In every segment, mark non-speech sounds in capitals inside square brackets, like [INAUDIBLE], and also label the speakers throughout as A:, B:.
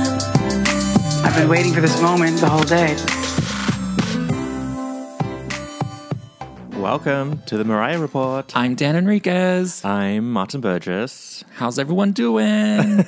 A: I've been waiting for this moment the whole day.
B: Welcome to the Mariah Report.
C: I'm Dan Enriquez.
B: I'm Martin Burgess.
C: How's everyone doing?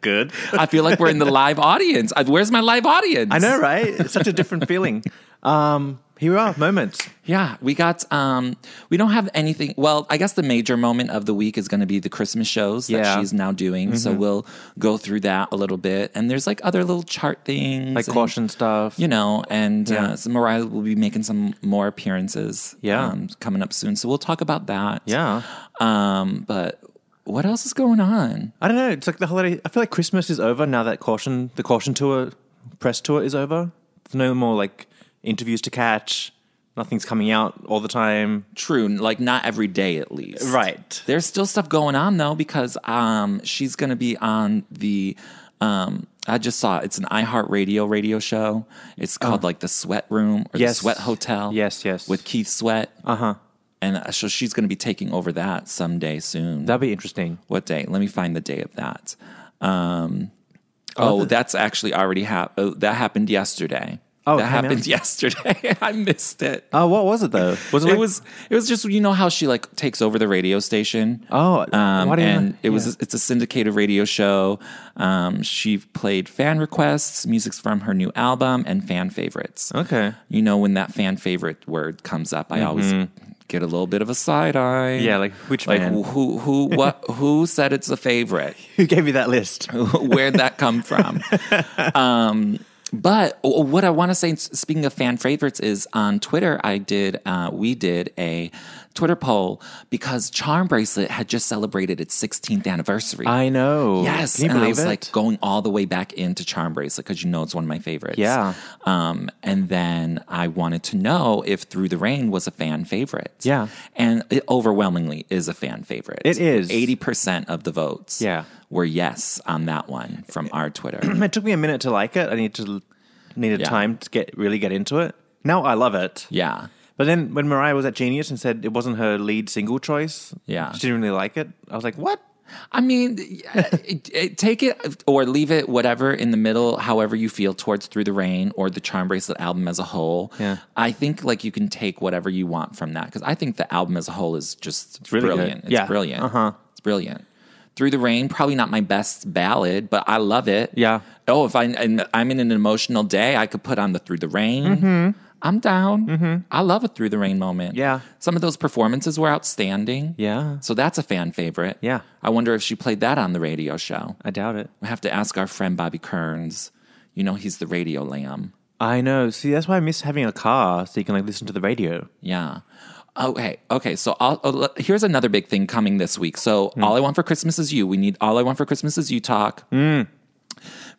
B: Good.
C: I feel like we're in the live audience. I- Where's my live audience?
B: I know, right? It's such a different feeling. Um, here we are, moments.
C: Yeah, we got. Um, we don't have anything. Well, I guess the major moment of the week is going to be the Christmas shows that
B: Yeah. Mm-hmm.
C: she's now doing. So we'll go through that a little bit, and there's like other little chart things,
B: Like
C: and,
B: caution stuff.
C: you know. And
B: Yeah.
C: uh, so Mariah will be making some more appearances. um,
B: Yeah.
C: coming up soon. So we'll talk about that.
B: Yeah.
C: Um, but what else is going on?
B: I don't know. It's like the holiday. I feel like Christmas is over now that caution, the caution tour, press tour is over. There's no more like interviews to catch. Nothing's coming out all the time.
C: True, like not every day at least.
B: Right.
C: There's still stuff going on though because um she's gonna be on the um I just saw it. it's an iHeartRadio radio show. It's called like the Sweat Room or
B: Oh. Yes.
C: the Sweat Hotel.
B: Yes, yes. Uh-huh.
C: With Keith Sweat. Uh huh. And uh, so she's gonna be taking over that someday soon.
B: That'd be interesting.
C: what day? Let me find the day of that. Um. Oh, that's actually already happened. Oh, that happened yesterday.
B: Oh, it
C: that
B: came
C: happened [LAUGHS]
B: out?
C: yesterday. I missed it
B: Oh, what was it though? Was it, like,
C: it was it was just you know how she like takes over the radio station.
B: Oh,
C: um,
B: why do you-
C: and it was
B: yeah.
C: it's a syndicated radio show. Um, she played fan requests, music's from her new album, and fan favorites.
B: Okay.
C: you know when that fan favorite word comes up, I always get a little bit of a side eye.
B: Mm-hmm. Yeah, like, which
C: like
B: fan?
C: who who what who said it's a favorite?
B: who gave you that list?
C: [LAUGHS] Where'd that come from? um, but what I want to say, speaking of fan favorites, is on Twitter, I did, uh, we did a Twitter poll because Charm Bracelet had just celebrated its 16th anniversary.
B: I know.
C: Yes,
B: Can you
C: and I
B: believe
C: was
B: it?
C: like going all the way back into Charm Bracelet because you know it's one of my favorites.
B: Yeah.
C: Um, and then I wanted to know if Through the Rain was a fan favorite.
B: Yeah.
C: and it overwhelmingly is a fan favorite.
B: It is.
C: eighty percent of the votes.
B: Yeah.
C: were yes on that one from our Twitter. [CLEARS THROAT]
B: it took me a minute to like it. I need to needed
C: Yeah.
B: time to get really get into it. Now I love it.
C: yeah,
B: But then when Mariah was at Genius and said it wasn't her lead single choice,
C: Yeah.
B: she didn't really like it. I was like, what?
C: I mean, uh, it, it, take it or leave it, whatever in the middle, however you feel towards Through the Rain or the Charm Bracelet album as a whole.
B: Yeah.
C: I think like you can take whatever you want from that because I think the album as a whole is just
B: really good.
C: brilliant. It's
B: Yeah.
C: brilliant.
B: Uh-huh.
C: It's brilliant. Through the Rain, probably not my best ballad, but I love it.
B: Yeah.
C: Oh, if I and I'm in an emotional day, I could put on the Through the Rain. I'm down. I love a Through the Rain moment.
B: Mm-hmm. Yeah.
C: Some of those performances were outstanding.
B: Yeah.
C: So that's a fan favorite.
B: Yeah.
C: I wonder if she played that on the radio show.
B: I doubt it.
C: We have to ask our friend Bobby Kearns. You know, he's the radio lamb.
B: I know. See, that's why I miss having a car so you can like listen to the radio.
C: Yeah. Okay. Okay. So I'll, oh, le- here's another big thing coming this week. So
B: Hmm.
C: all I want for Christmas is you. We need all I want for Christmas is you talk.
B: Hmm.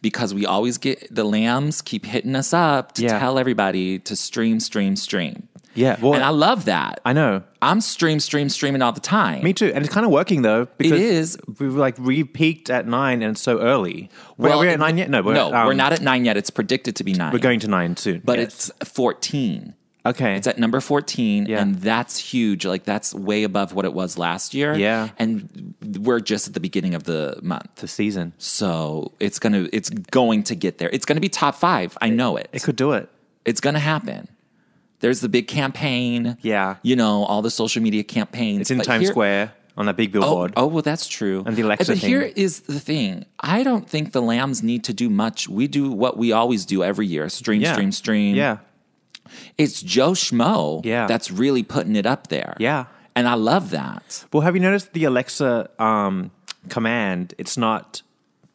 C: Because we always get the lambs keep hitting us up to
B: Yeah.
C: tell everybody to stream, stream, stream.
B: Yeah. Well,
C: and I love that.
B: I know.
C: I'm stream, stream, streaming all the time.
B: Me too. And it's kind of working though. Because
C: is.
B: We were like re peaked at nine and it's so early. Wait, are we at
C: it-
B: nine yet? No, we're,
C: no,
B: um,
C: we're not at nine yet. It's predicted to be nine.
B: We're going to nine soon.
C: but
B: Yes.
C: it's 14.
B: Okay.
C: It's at number 14,
B: Yeah.
C: and that's huge. Like, that's way above what it was last year.
B: Yeah.
C: And we're just at the beginning of the month.
B: the season.
C: So it's gonna, it's going to get there. It's gonna be top five. I know it.
B: It could do it.
C: It's gonna happen. There's the big campaign.
B: Yeah.
C: You know, all the social media campaigns.
B: It's in
C: But
B: Times
C: here-
B: Square on that big
C: Oh,
B: billboard.
C: oh, well, that's true.
B: And the Alexa
C: But here
B: thing.
C: is the thing: I don't think the Lambs need to do much. We do what we always do every year: stream,
B: yeah.
C: stream, stream.
B: Yeah.
C: it's Joe Schmo.
B: Yeah.
C: that's really putting it up there.
B: Yeah.
C: and I love that.
B: Well, have you noticed the Alexa um, command? It's not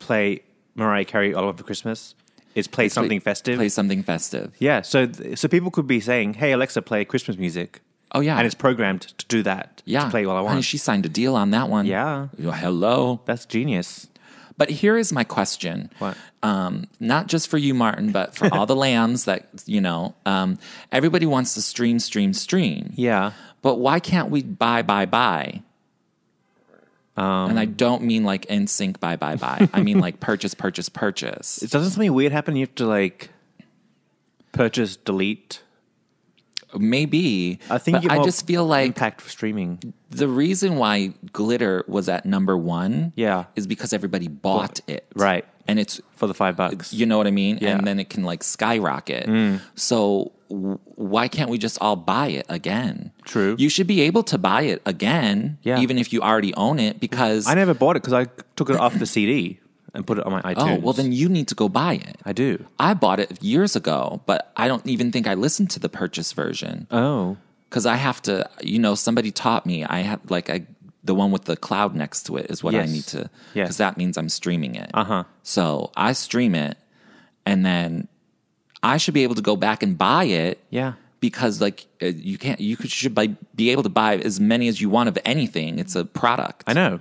B: play Mariah Carey All Over the Christmas. It's play something festive.
C: Play something festive.
B: yeah. So th- so people could be saying, "Hey Alexa, play Christmas music."
C: Oh yeah,
B: And it's programmed to do that.
C: yeah.
B: To play all I want.
C: Honey, she signed a deal on that one.
B: Yeah.
C: Hello.
B: That's genius.
C: But here is my question.
B: What?
C: Um, not just for you, Martin, but
B: [LAUGHS]
C: for all the lambs that, you know, um, everybody wants to stream, stream, stream.
B: Yeah.
C: But why can't we buy, buy, buy? and
B: Um,
C: I don't mean like in sync, buy, buy, buy. I mean
B: [LAUGHS]
C: like purchase, purchase, purchase.
B: Doesn't something weird happen? You have to like purchase, delete.
C: Maybe.
B: I think
C: but
B: you get
C: I
B: more
C: just feel like
B: impact for streaming.
C: the reason why glitter was at number one,
B: Yeah.
C: is because everybody bought it,
B: right.
C: And it's
B: for the five bucks.
C: You know what I mean?
B: Yeah. Mm.
C: And then it can like skyrocket. So w- why can't we just all buy it again?
B: True.
C: You should be able to buy it again,
B: Yeah.
C: even if you already own it, because
B: I never bought it because I took it off the CD and put it on my
C: oh
B: iTunes.
C: well, then you need to go buy it.
B: I do.
C: I bought it years ago, but I don't even think I listened to the purchase version
B: Oh,
C: because I have to. You know, somebody taught me. I have like I the one with the cloud next to it is what
B: Yes.
C: I need to because
B: Yes. Uh-huh.
C: that means I'm streaming it. Uh huh. So I stream it, and then I should be able to go back and buy it.
B: Yeah.
C: Because like uh, you can't, you could, should buy, be able to buy as many as you want of anything. It's a product.
B: I know.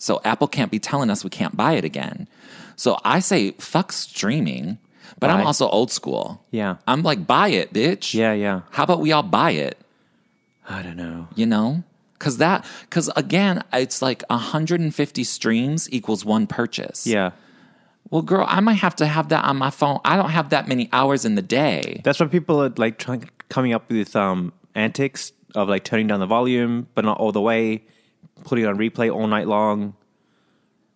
C: So Apple can't be telling us we can't buy it again. So I say fuck streaming, but I'm
B: Buy.
C: also old school.
B: Yeah.
C: I'm like buy it, bitch.
B: Yeah, yeah.
C: How about we all buy it,
B: I don't know.
C: you know? Cuz that cuz again, it's like 150 streams equals one purchase.
B: Yeah,
C: Well, girl, I might have to have that on my phone. I don't have that many hours in the day.
B: that's why people are like trying coming up with um antics of like turning down the volume, but not all the way, putting it on replay all night long.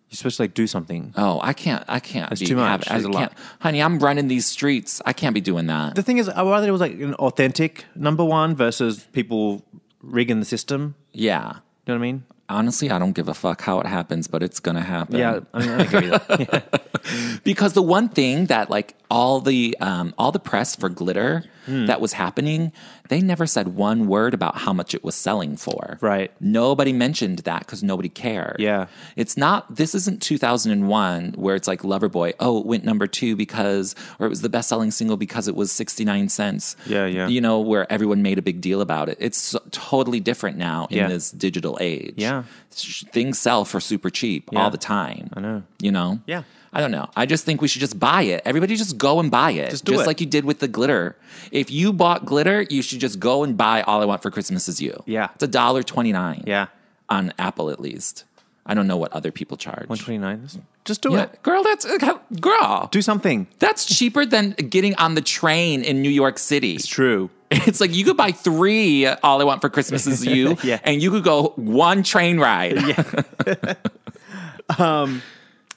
B: You're supposed to like do something.
C: Oh, I can't. I can't.
B: That's
C: be
B: too much.
C: having- I
B: That's a lot.
C: can't- Honey, I'm running these streets. I can't be doing that.
B: The thing is, I rather it was like an authentic number one versus people rigging the system.
C: yeah.
B: You know what I mean?
C: Honestly, I don't give a fuck how it happens, but it's going to happen.
B: Yeah, Um, I mean, I agree with that.
C: because the one thing that like all the um, all the press for glitter
B: Hmm.
C: that was happening they never said one word about how much it was selling for
B: Right.
C: nobody mentioned that because nobody cared
B: Yeah.
C: it's not this isn't 2001 where it's like loverboy oh it went number two because or it was the best selling single because it was 69 cents
B: Yeah, yeah.
C: you know where everyone made a big deal about it it's so- totally different now in
B: Yeah.
C: this digital age
B: Yeah.
C: Sh- things sell for super cheap all the time i know you know
B: Yeah.
C: I don't know. I just think we should just buy it. Everybody just go and buy it.
B: Just do it.
C: like you did with the glitter. If you bought glitter, you should just go and buy All I Want for Christmas Is You.
B: Yeah.
C: It's a dollar twenty nine.
B: [LAUGHS] Yeah.
C: On Apple at least. I don't know what other people charge.
B: One twenty nine. Just do
C: Yeah.
B: it.
C: Girl, that's uh, girl.
B: Do something.
C: That's cheaper than getting on the train in New York City.
B: It's true.
C: [LAUGHS] It's like you could buy three All I Want for Christmas
B: [LAUGHS]
C: Is You,
B: Yeah.
C: and you could go one train ride.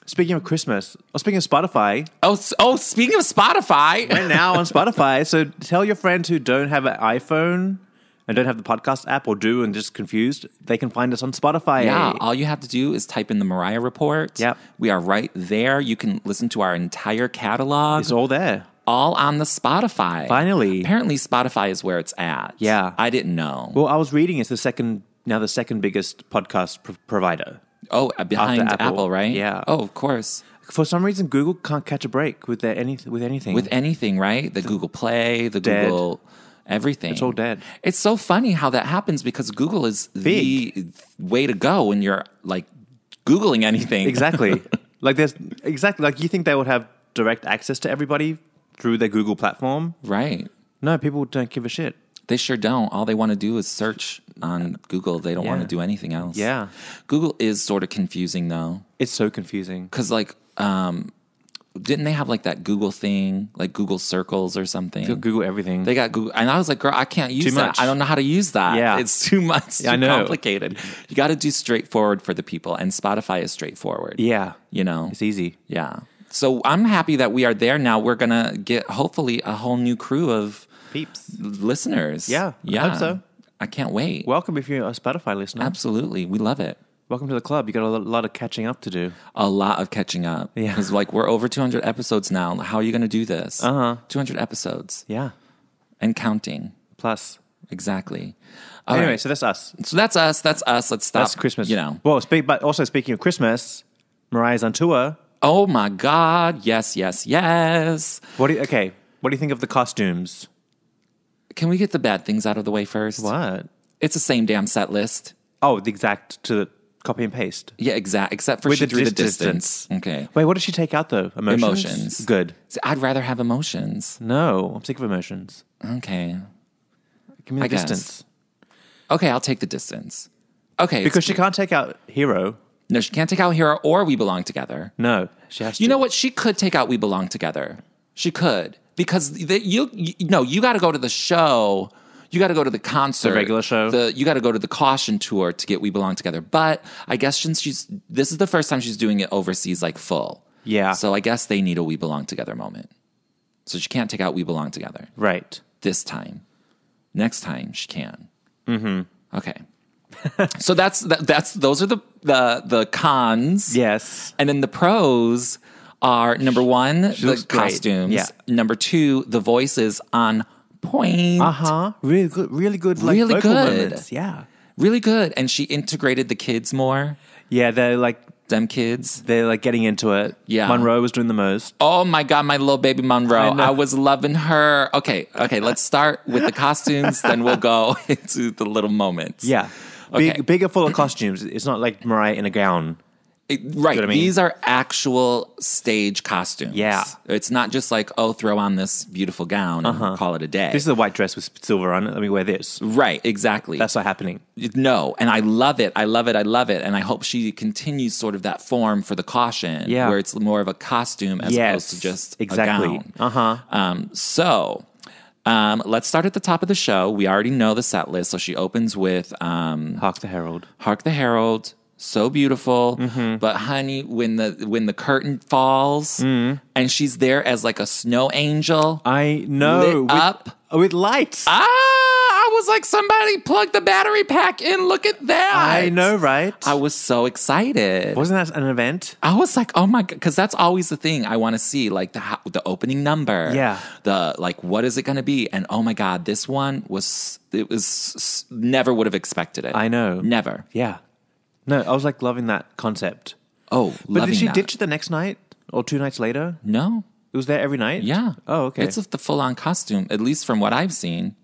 B: Speaking of Christmas, or speaking of Spotify,
C: Oh, s- oh, speaking of Spotify.
B: we're now on Spotify. So tell your friends who don't have an iPhone and don't have the podcast app or do and just confused, they can find us on Spotify.
C: Yeah, all you have to do is type in the Mariah Report.
B: Yep.
C: We are right there. You can listen to our entire catalog,
B: It's all there.
C: all on the Spotify.
B: Finally.
C: Apparently, Spotify is where it's at.
B: Yeah.
C: I didn't know.
B: Well, I was reading it's the second, now the second biggest podcast pr- provider.
C: oh, uh, behind
B: after
C: Apple.
B: Apple,
C: right?
B: yeah.
C: Oh, of course.
B: For some reason, Google can't catch a break with their any, with anything.
C: With anything, right? The Google Play, the
B: Dead.
C: Google everything. It's
B: all dead.
C: It's so funny how that happens because Google is the way to go when you're like Googling anything.
B: exactly. like there's exactly like you think they would have direct access to everybody through their Google platform.
C: [LAUGHS] Right.
B: No, people don't give a shit.
C: They sure don't. All they want to do is search on Google. They don't want to
B: Yeah.
C: do anything else.
B: Yeah.
C: Google is sort of confusing though,
B: It's so confusing.
C: because like um, didn't they have like that Google thing, like Google Circles or something?
B: Google everything.
C: They got Google, and I was like, "Girl, I can't use that.
B: much.
C: I don't know how to use that.
B: Yeah.
C: it's too much. It's
B: Yeah, I
C: too
B: know.
C: complicated. You got to do straightforward for the people, and Spotify is straightforward.
B: yeah,
C: you know,
B: it's easy.
C: yeah. So I'm happy that we are there now. We're gonna get hopefully a whole new crew of
B: Peeps,
C: listeners.
B: Yeah, I
C: yeah.
B: hope so.
C: I can't wait.
B: welcome if you're a Spotify listener.
C: Absolutely, we love it.
B: Welcome to the club. You got a lo- lot of catching up to do.
C: a lot of catching up.
B: Yeah.
C: Because like we're over 200 episodes now. How are you going to do this? Uh
B: Uh-huh.
C: 200 episodes
B: Yeah,
C: and counting.
B: plus.
C: Exactly. All
B: anyway,
C: right.
B: so that's us.
C: So that's us. That's us. Let's stop.
B: That's Christmas.
C: You know.
B: Well, speak, but also speaking of Christmas, Mariah's on tour.
C: Oh my God. Yes, yes, yes.
B: What do you, okay? What do you think of the costumes?
C: Can we get the bad things out of the way first?
B: What?
C: It's the same damn set list.
B: Oh, the exact to the copy and paste.
C: Yeah, exact. Except for
B: With
C: she
B: the
C: threw the
B: dis-
C: distance. Okay.
B: Wait, what did she take out though? Emotions.
C: Emotions.
B: Good.
C: See, I'd rather have emotions.
B: No, I'm sick of emotions.
C: Okay.
B: Give me the
C: I guess.
B: distance.
C: Okay, I'll take the distance. Okay.
B: Because she can't take out hero.
C: no, she can't take out Hero or We Belong Together.
B: No, she has to.
C: You know what? She could take out "We Belong Together." She could because the, you, you no, you got to go to the show. You got to go to the concert,
B: regular show?
C: The, you got to go to the caution tour to get "We Belong Together." But I guess since she's this is the first time she's doing it overseas, like full.
B: Yeah.
C: So I guess they need a "We Belong Together" moment. So she can't take out "We Belong Together"
B: Right.
C: this time. Next time she can. Mm-hmm. Okay. [LAUGHS] so that's that, that's those are the the the cons.
B: Yes.
C: And then the pros are number one, the
B: looks great.
C: costumes.
B: Yeah.
C: Number two, the voices on point.
B: Uh huh. Really good. Really good. Like,
C: Uh-huh. Really
B: vocal
C: good.
B: Moments. Yeah.
C: Really good. And she integrated the kids more,
B: Yeah. They're like
C: them kids.
B: they're like getting into it.
C: Yeah.
B: Monroe was doing the most.
C: Oh my God, my little baby Monroe.
B: I know.
C: I, was loving her. Okay, okay, let's start with the costumes, then we'll go [LAUGHS] into the little moments.
B: Yeah.
C: Okay.
B: Big, bigger, full of costumes. It's not like Mariah in a gown.
C: It- right.
B: what I mean?
C: These are actual stage costumes.
B: Yeah.
C: It's not just like, oh, throw on this beautiful gown and call it a day.
B: Uh-huh. This is a white dress with silver on it. Let me wear this.
C: right, exactly.
B: That's not happening.
C: no and i love it i love it i love it and i hope she continues sort of that form for the caution
B: Yeah.
C: where it's more of a costume as
B: Yes,
C: opposed to just
B: exactly.
C: a gown uh-huh um, so um, let's start at the top of the show we already know the set list so she opens with um,
B: Hark the Herald.
C: hark the herald so beautiful
B: Mm-hmm.
C: but honey when the when the curtain falls
B: Mm-hmm.
C: and she's there as like a snow angel
B: I know.
C: Lit up.
B: Oh, with lights.
C: ah i was like somebody plug the battery pack in look at that
B: I know, right?
C: I was so excited.
B: Wasn't that an event?
C: I was like, oh my god, because that's always the thing I want to see, like the ho- the opening number,
B: Yeah.
C: the like what is it going to be, and oh my god, this one was it was s- never would have expected it.
B: I know.
C: never.
B: Yeah. No, I was like loving that concept.
C: Oh,
B: But
C: loving
B: did she
C: that.
B: ditch it the next night or two nights later?
C: No,
B: It was there every night?
C: yeah.
B: Oh, okay.
C: It's a, the full on costume, at least from what I've seen.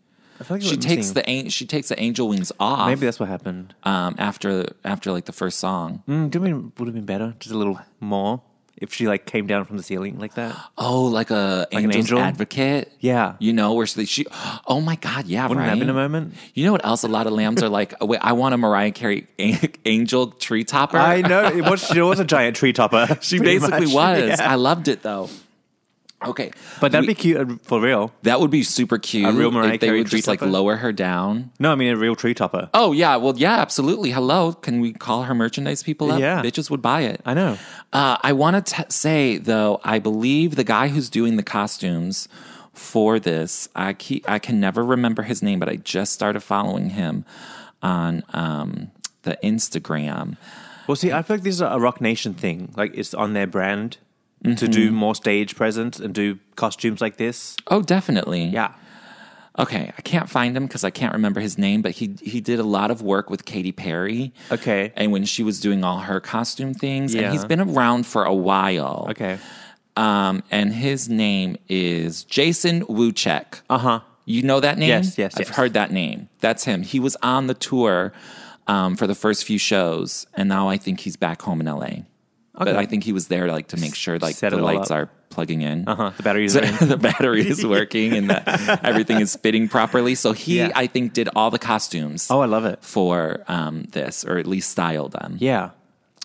B: I feel like
C: She
B: I'm missing-
C: takes the an- she takes the angel wings off.
B: Maybe that's what happened.
C: um, after after like the first song.
B: Mm, do you mean it would have been better? Just a little more if she like came down from the ceiling like that?
C: Oh, like a
B: an
C: angel's
B: angel?
C: advocate.
B: Yeah.
C: you know where she, she. Oh my god, yeah.
B: Wouldn't
C: right?
B: that have been a moment?
C: You know what else? A lot of lambs are like, [LAUGHS] oh, wait, I want a Mariah Carey an- angel tree topper.
B: I know. It was, she was a giant tree [LAUGHS] topper.
C: [LAUGHS] she basically was. I loved it though. Okay,
B: But that'd
C: We-
B: be cute uh, for real.
C: that would be super cute.
B: A real Mariah
C: if they
B: Carey
C: would
B: tree
C: just like
B: topper?
C: lower her down.
B: No, I mean a real tree topper.
C: Oh yeah, well yeah, absolutely. Hello, can we call her merchandise people up?
B: Yeah.
C: bitches would buy it.
B: I know.
C: Uh, I want to say though, I believe the guy who's doing the costumes for this, I keep, I can never remember his name, but I just started following him on um, the Instagram.
B: Well, see, I feel like this is a Rock Nation thing. Like it's on their brand to do more stage presence and do costumes like this.
C: Oh, definitely.
B: Yeah.
C: Okay, I can't find him because I can't remember his name, but he he did a lot of work with Katy Perry.
B: Okay.
C: And when she was doing all her costume things,
B: Yeah.
C: and he's been around for a while.
B: Okay.
C: Um, and his name is Jason Wuchek.
B: Uh huh.
C: You know that name?
B: Yes, yes,
C: I've
B: yes.
C: heard that name. That's him. He was on the tour um, for the first few shows, and now I think he's back home in LA. But
B: Okay.
C: I think he was there like to make sure like
B: Set
C: the
B: it all
C: lights
B: up.
C: are plugging in.
B: Uh huh. The battery is [LAUGHS]
C: So
B: in.
C: the battery is working and that everything is fitting properly. So he,
B: Yeah.
C: I think, did all the costumes
B: Oh, I love it.
C: for um, this, or at least styled them.
B: Yeah.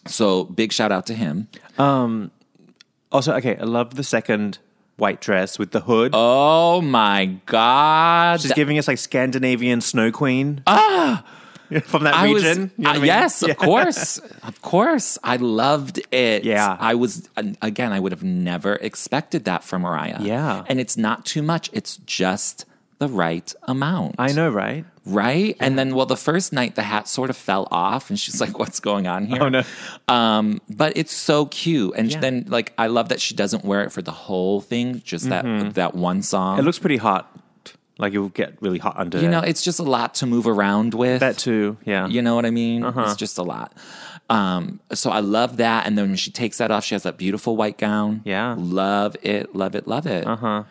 C: So big shout out to him.
B: Also, okay, I love the second white dress with the hood.
C: Oh my God.
B: She's giving us like Scandinavian snow queen. [LAUGHS] from that
C: I was-
B: region. you know what Ah!
C: uh,
B: I mean?
C: Yes,
B: Yeah.
C: of course, of course. I loved it.
B: Yeah.
C: I was an- again. I would have never expected that from Mariah.
B: Yeah.
C: and it's not too much. It's just the right amount.
B: I know, right?
C: right? And then, well, the first night the hat sort of fell off, and she's like, "What's going on here?"
B: Oh, no.
C: Um, but it's so cute, and
B: Yeah.
C: then like I love that she doesn't wear it for the whole thing, just that that one song.
B: Mm-hmm. It looks pretty hot. Like it will get really hot under
C: you
B: there.
C: know, it's just a lot to move around with.
B: that too. Yeah. Uh-huh.
C: You know what I mean? It's just a lot. Um, so I love that. And then when she takes that off, she has that beautiful white gown.
B: Yeah. Uh-huh.
C: Love it, love it, love it. Uh huh.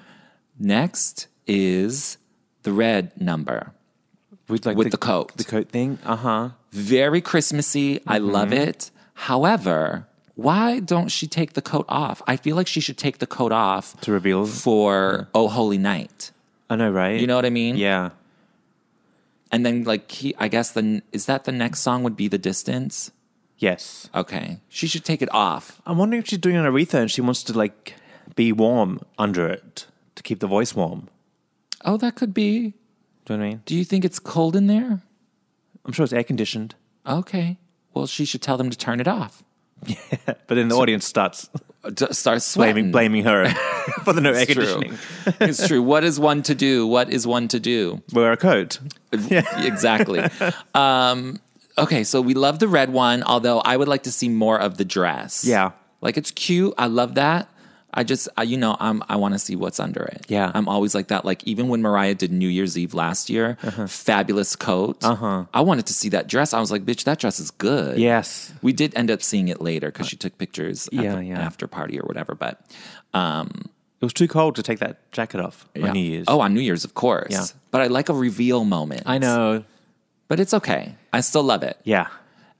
C: Next is the red number.
B: with like
C: with the coat.
B: the coat thing. Uh huh.
C: Very Christmassy. I love
B: Mm-hmm.
C: it. However, why don't she take the coat off? I feel like she should take the coat off
B: To reveal.
C: for Oh Holy Night.
B: I know, right?
C: You know what I mean?
B: Yeah.
C: And then, like, he, I guess then, is that the next song would be The Distance?
B: Yes.
C: Okay. She should take it off.
B: I'm wondering if she's doing an Aretha and she wants to like be warm under it to keep the voice warm.
C: Oh, that could be.
B: Do you know what I mean?
C: Do you think it's cold in there?
B: I'm sure it's air conditioned,
C: Okay. Well, she should tell them to turn it off.
B: but then the audience starts
C: Uh, d- Start sweating.
B: blaming blaming
C: [LAUGHS]
B: her for the no air
C: It's true.
B: conditioning.
C: it's true. What is one to do? What is one to do?
B: Wear a coat.
C: [LAUGHS] Exactly. um, okay, so we love the red one, although I would like to see more of the dress.
B: Yeah.
C: Like it's cute. I love that. I just, I, you know, I'm, I want to see what's under it.
B: Yeah.
C: I'm always like that. Like even when Mariah did New Year's Eve last year,
B: Uh-huh.
C: fabulous coat. Uh-huh. I wanted to see that dress. I was like, bitch, that dress is good.
B: Yes.
C: We did end up seeing it later because she took pictures at
B: Yeah,
C: the
B: yeah.
C: after party or whatever. But um,
B: It was too cold to take that jacket off
C: yeah.
B: on New Year's.
C: Oh, on New Year's, of course.
B: Yeah.
C: But I like a reveal moment.
B: I know.
C: But it's okay. I still love it.
B: Yeah.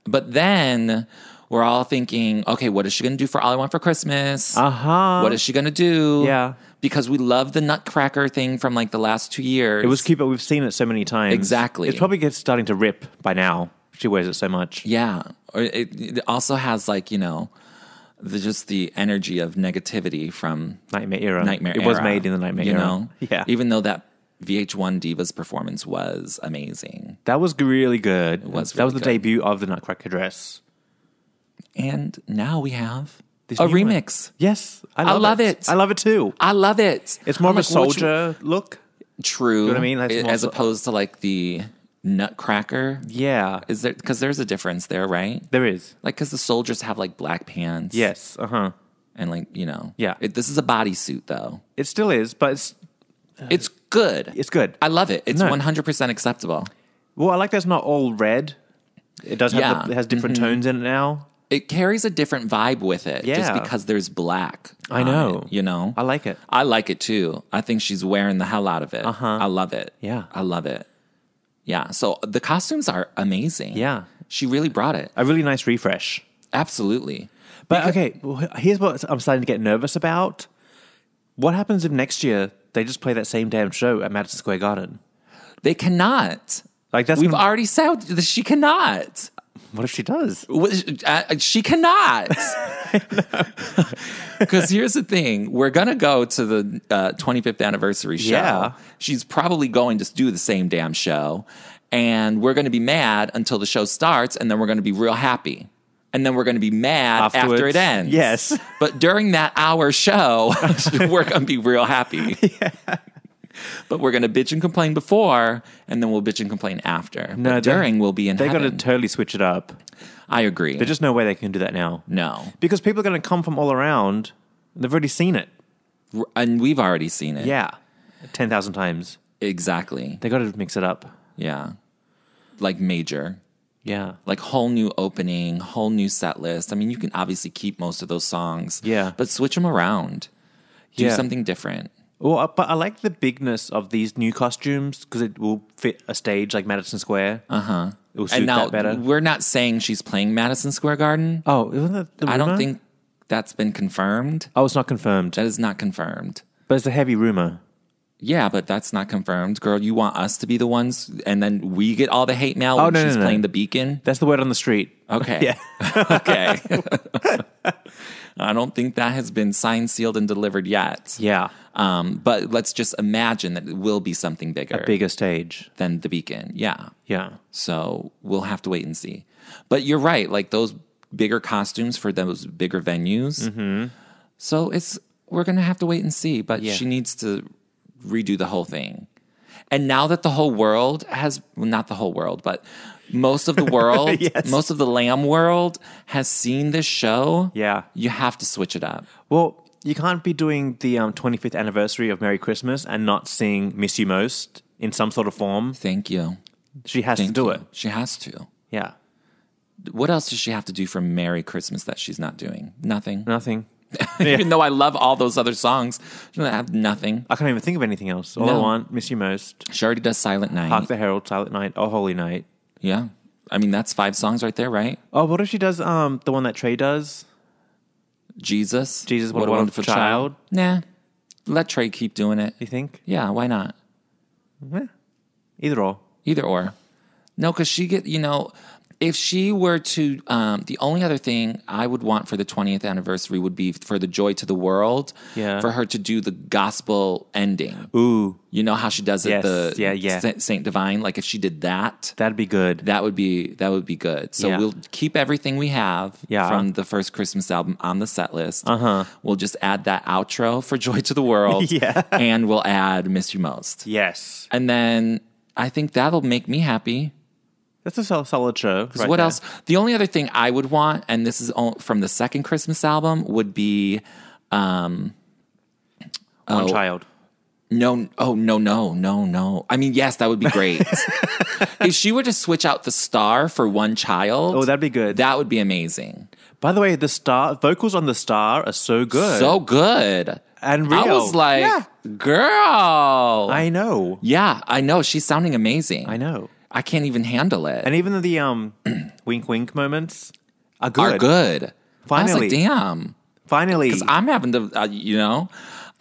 C: But then we're all thinking, okay, what is she going to do for All I Want for Christmas?
B: Uh huh.
C: What is she going to do?
B: Yeah.
C: Because we love the Nutcracker thing from like the last two years.
B: It was cute, but we've seen it so many times.
C: Exactly.
B: It's probably gets starting to rip by now. She wears it so much.
C: Yeah. Or It, it also has like, you know, the, just the energy of negativity from
B: Nightmare era.
C: Nightmare
B: It was
C: Era,
B: made in the Nightmare
C: you
B: era.
C: Know?
B: [LAUGHS] Yeah.
C: Even though that VH1 Divas performance was amazing.
B: that was really good. It
C: was
B: that was the
C: really good.
B: debut of the Nutcracker dress.
C: And now we have
B: This
C: a
B: new one.
C: remix.
B: Yes, I
C: I
B: love,
C: love it.
B: I love it too.
C: I love it.
B: It's more
C: I'm
B: of a
C: like, what you-
B: soldier look.
C: True.
B: know what I mean? That's
C: It-
B: more
C: as
B: so-
C: opposed to like the nutcracker.
B: Yeah,
C: Is there because there's a difference there, right?
B: there is.
C: Like because the soldiers have like black pants.
B: Yes, uh huh.
C: And like, you know.
B: Yeah.
C: It, this is a bodysuit though.
B: It still is, but it's
C: It's good.
B: it's good.
C: I love it. It's
B: No.
C: 100% acceptable.
B: well, I like that it's not all red. It does have
C: Yeah. Mm-hmm.
B: the, it has different tones in it now.
C: It carries a different vibe with it just
B: Yeah.
C: because there's black.
B: I
C: on
B: know.
C: it, you know?
B: I like it.
C: I like it too. I think she's wearing the hell out of it. Uh-huh. I love it.
B: Yeah.
C: I love it. Yeah. So the costumes are amazing.
B: Yeah.
C: She really brought it.
B: A really nice refresh.
C: Absolutely.
B: But okay, well, here's what I'm starting to get nervous about. What happens if next year they just play that same damn show at Madison Square Garden?
C: They cannot.
B: Like that's
C: We've
B: gonna-
C: already said that she cannot.
B: what if she does?
C: What- uh, She cannot.
B: [LAUGHS]
C: Because here's the thing: we're gonna go to the uh, 25th anniversary show.
B: Yeah.
C: She's probably going to do the same damn show, and we're gonna be mad until the show starts, and then we're gonna be real happy, and then we're gonna be mad after
B: Afterwards.
C: it ends.
B: Yes.
C: [LAUGHS] but during that hour show, [LAUGHS] we're gonna be real happy.
B: [LAUGHS]
C: But we're gonna bitch and complain before, and then we'll bitch and complain after.
B: No,
C: but
B: they-
C: during we'll be in
B: They got to
C: heaven.
B: totally switch it up.
C: I agree.
B: There's just no way they can do that now.
C: no,
B: Because people are going to come from all around. They've already seen it.
C: and we've already seen it.
B: Yeah. 10,000 times.
C: exactly.
B: They got to mix it up.
C: Yeah, like major,
B: Yeah.
C: like whole new opening, whole new set list. I mean, you can obviously keep most of those songs.
B: Yeah.
C: but switch them around. Do
B: Yeah.
C: something different.
B: Well, uh, but I like the bigness of these new costumes because it will fit a stage like Madison Square. Uh huh. It will suit
C: Uh-huh. and now
B: that better.
C: we're not saying she's playing Madison Square Garden.
B: Oh, isn't that the
C: I don't
B: rumor?
C: think that's been confirmed.
B: Oh, it's not confirmed.
C: That is not confirmed.
B: But it's a heavy rumor.
C: Yeah, but that's not confirmed, girl. You want us to be the ones, and then we get all the hate mail
B: Oh,
C: when
B: no, no,
C: she's
B: no.
C: playing the beacon.
B: That's the word on the street.
C: Okay. [LAUGHS] okay. I don't think that has been signed, sealed, and delivered yet.
B: Yeah.
C: Um, but let's just imagine that it will be something bigger,
B: Bigger stage.
C: than the beacon. Yeah.
B: Yeah.
C: So we'll have to wait and see. But you're right. Like those bigger costumes for those bigger venues.
B: Mm-hmm.
C: So it's we're gonna have to wait and see. But she needs to redo the whole thing. And now that the whole world has well, not the whole world, but most
B: [LAUGHS]
C: of the world, most of the lamb world has seen this show.
B: Yeah.
C: You have to switch it up.
B: Well, you can't be doing the um, 25th anniversary of Merry Christmas and not sing Miss You Most in some sort of form.
C: Thank you.
B: She has
C: Thank
B: to do
C: you.
B: it.
C: She has to.
B: Yeah.
C: What else does she have to do for Merry Christmas that she's not doing? Nothing.
B: Nothing.
C: [LAUGHS] even though I love all those other songs, she doesn't have nothing.
B: I can't even think of anything else. All I
C: No.
B: want, Miss You Most,
C: She already does Silent Night.
B: Hark the Herald, Silent Night, Oh Holy Night.
C: Yeah. I mean, that's five songs right there, right?
B: Oh, what if she does um, the one that Trey does?
C: Jesus.
B: Jesus, What a Wonderful Child.
C: Nah. Let Trey keep doing it.
B: You think?
C: Yeah, why not?
B: Either or.
C: Either or. No, because she get you know, if she were to, um, the only other thing I would want for the twentieth anniversary would be for the joy to the world.
B: Yeah.
C: For her to do the gospel ending.
B: Ooh,
C: You know how she does it.
B: Yes,
C: The
B: yeah, yeah.
C: Saint, Saint Divine. Like if she did that,
B: that'd be good.
C: that would be that would be good. So
B: Yeah.
C: we'll keep everything we have
B: Yeah.
C: from the first Christmas album on the set list. Uh-huh. We'll just add that outro for [LAUGHS] Joy to the
B: [LAUGHS]
C: World.
B: Yeah.
C: And we'll add Miss You Most.
B: yes.
C: And then I think that'll make me happy.
B: That's a sol- solid show.
C: 'Cause
B: right
C: what
B: there.
C: else? The only other thing I would want, and this is on- from the second Christmas album, would be um
B: One
C: oh,
B: child.
C: No, oh no, no, no, no. I mean, yes, that would be
B: [LAUGHS]
C: great. if she were to switch out the star for one child,
B: Oh, that'd be good.
C: that would be amazing.
B: By the way, the star vocals on the star are so good.
C: So good.
B: and real.
C: I was like,
B: Yeah.
C: girl.
B: I know,
C: yeah, I know. She's sounding amazing.
B: I know.
C: I can't even handle it.
B: And even the um, [CLEARS THROAT] wink, wink moments are good.
C: Are good. I
B: Finally.
C: was like, damn.
B: Finally,
C: I'm having to, uh, you know,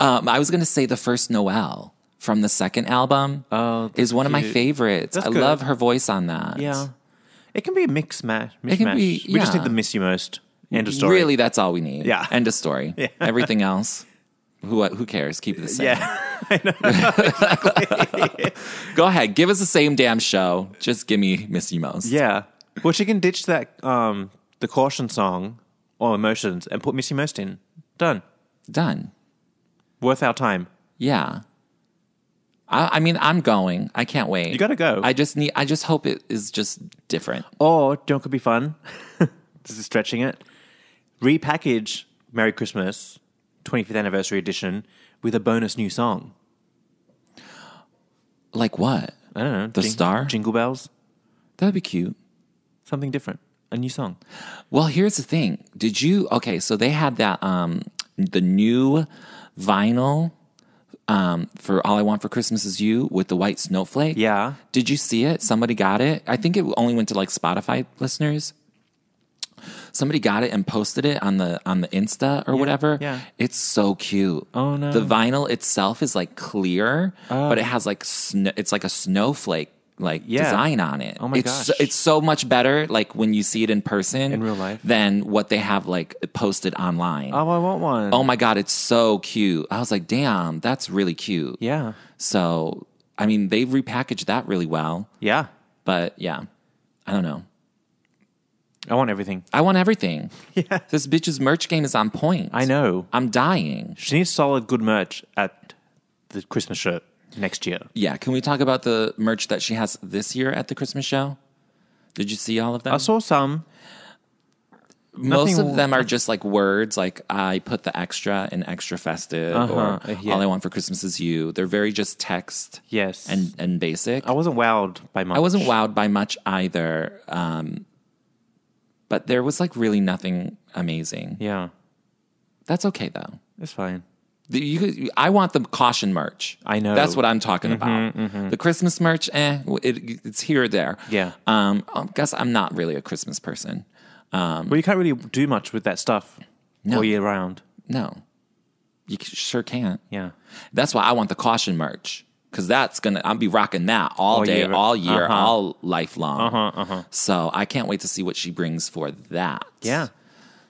C: um, I was going to say the first Noel from the second album
B: Oh,
C: is one of my
B: cute.
C: favorites.
B: That's
C: I
B: good.
C: love her voice on that.
B: yeah, it can be a mix match.
C: It can be-
B: We just
C: yeah.
B: need the miss you most. End of story.
C: Really, that's all we
B: [LAUGHS]
C: need.
B: Yeah.
C: End of story. Everything else, who who cares? Keep it the same.
B: Yeah. [LAUGHS]
C: Go ahead, give us the same damn show. Just give me Missy Most.
B: Yeah. Well, she can ditch that um the caution song or emotions and put Missy Most in. Done.
C: Done.
B: Worth our time.
C: Yeah. I, I mean, I'm going. I can't wait.
B: You gotta go.
C: I just need. I just hope it is just different.
B: Or don't could be fun. [LAUGHS] this is stretching it. Repackage Merry Christmas 25th anniversary edition with a bonus new song.
C: Like what?
B: I don't know.
C: The Star?
B: Jingle bells.
C: That'd be cute.
B: Something different. A new song.
C: Well, here's the thing. Did you? Okay, so they had that um the new vinyl um for All I Want for Christmas Is You with the white snowflake.
B: Yeah.
C: Did you see it? Somebody got it. I think it only went to like Spotify listeners. Somebody got it and posted it on the on the Insta or whatever.
B: yeah.
C: It's so cute.
B: Oh, no. Oh.
C: The vinyl itself is like clear, but it has like snow, it's like a snowflake like
B: Yeah.
C: design on it.
B: Oh my
C: it's So,
B: gosh.
C: it's so much better like when you see it in person
B: In real life.
C: than what they have like posted online.
B: Oh, I want one.
C: oh my god, it's so cute. I was like, "Damn, that's really cute."
B: Yeah.
C: So, I mean, they've repackaged that really well.
B: Yeah.
C: But yeah, I don't know.
B: I want everything.
C: I want
B: [LAUGHS]
C: everything. Yeah. This bitch's merch game is on point.
B: I know.
C: I'm dying.
B: She needs solid good merch at the Christmas shirt next year.
C: Yeah. Can we talk about the merch that she has this year at the Christmas show? Did you see all of them?
B: I saw some.
C: Most
B: nothing-
C: of them are just like words, like I put the extra in extra festive,
B: Uh-huh,
C: or
B: yeah.
C: all I want for Christmas is you. They're very just text,
B: Yes.
C: and and basic.
B: I wasn't wowed by much.
C: I wasn't wowed by much either, um, but there was like really nothing amazing.
B: Yeah.
C: That's okay though.
B: It's fine.
C: The- you could- I want the caution merch.
B: I know. Mm-hmm,
C: That's what I'm talking about. The Christmas merch, eh, it, it's here or there.
B: Yeah.
C: Um, I guess I'm not really a Christmas person.
B: Well, you can't really do much with that stuff all year round.
C: No. You c- sure can't.
B: Yeah.
C: That's why I want the caution merch because that's gonna I'll be rocking that all, day,
B: year.
C: all year,
B: Uh-huh.
C: all lifelong. So I can't wait to see what she brings for that.
B: Yeah.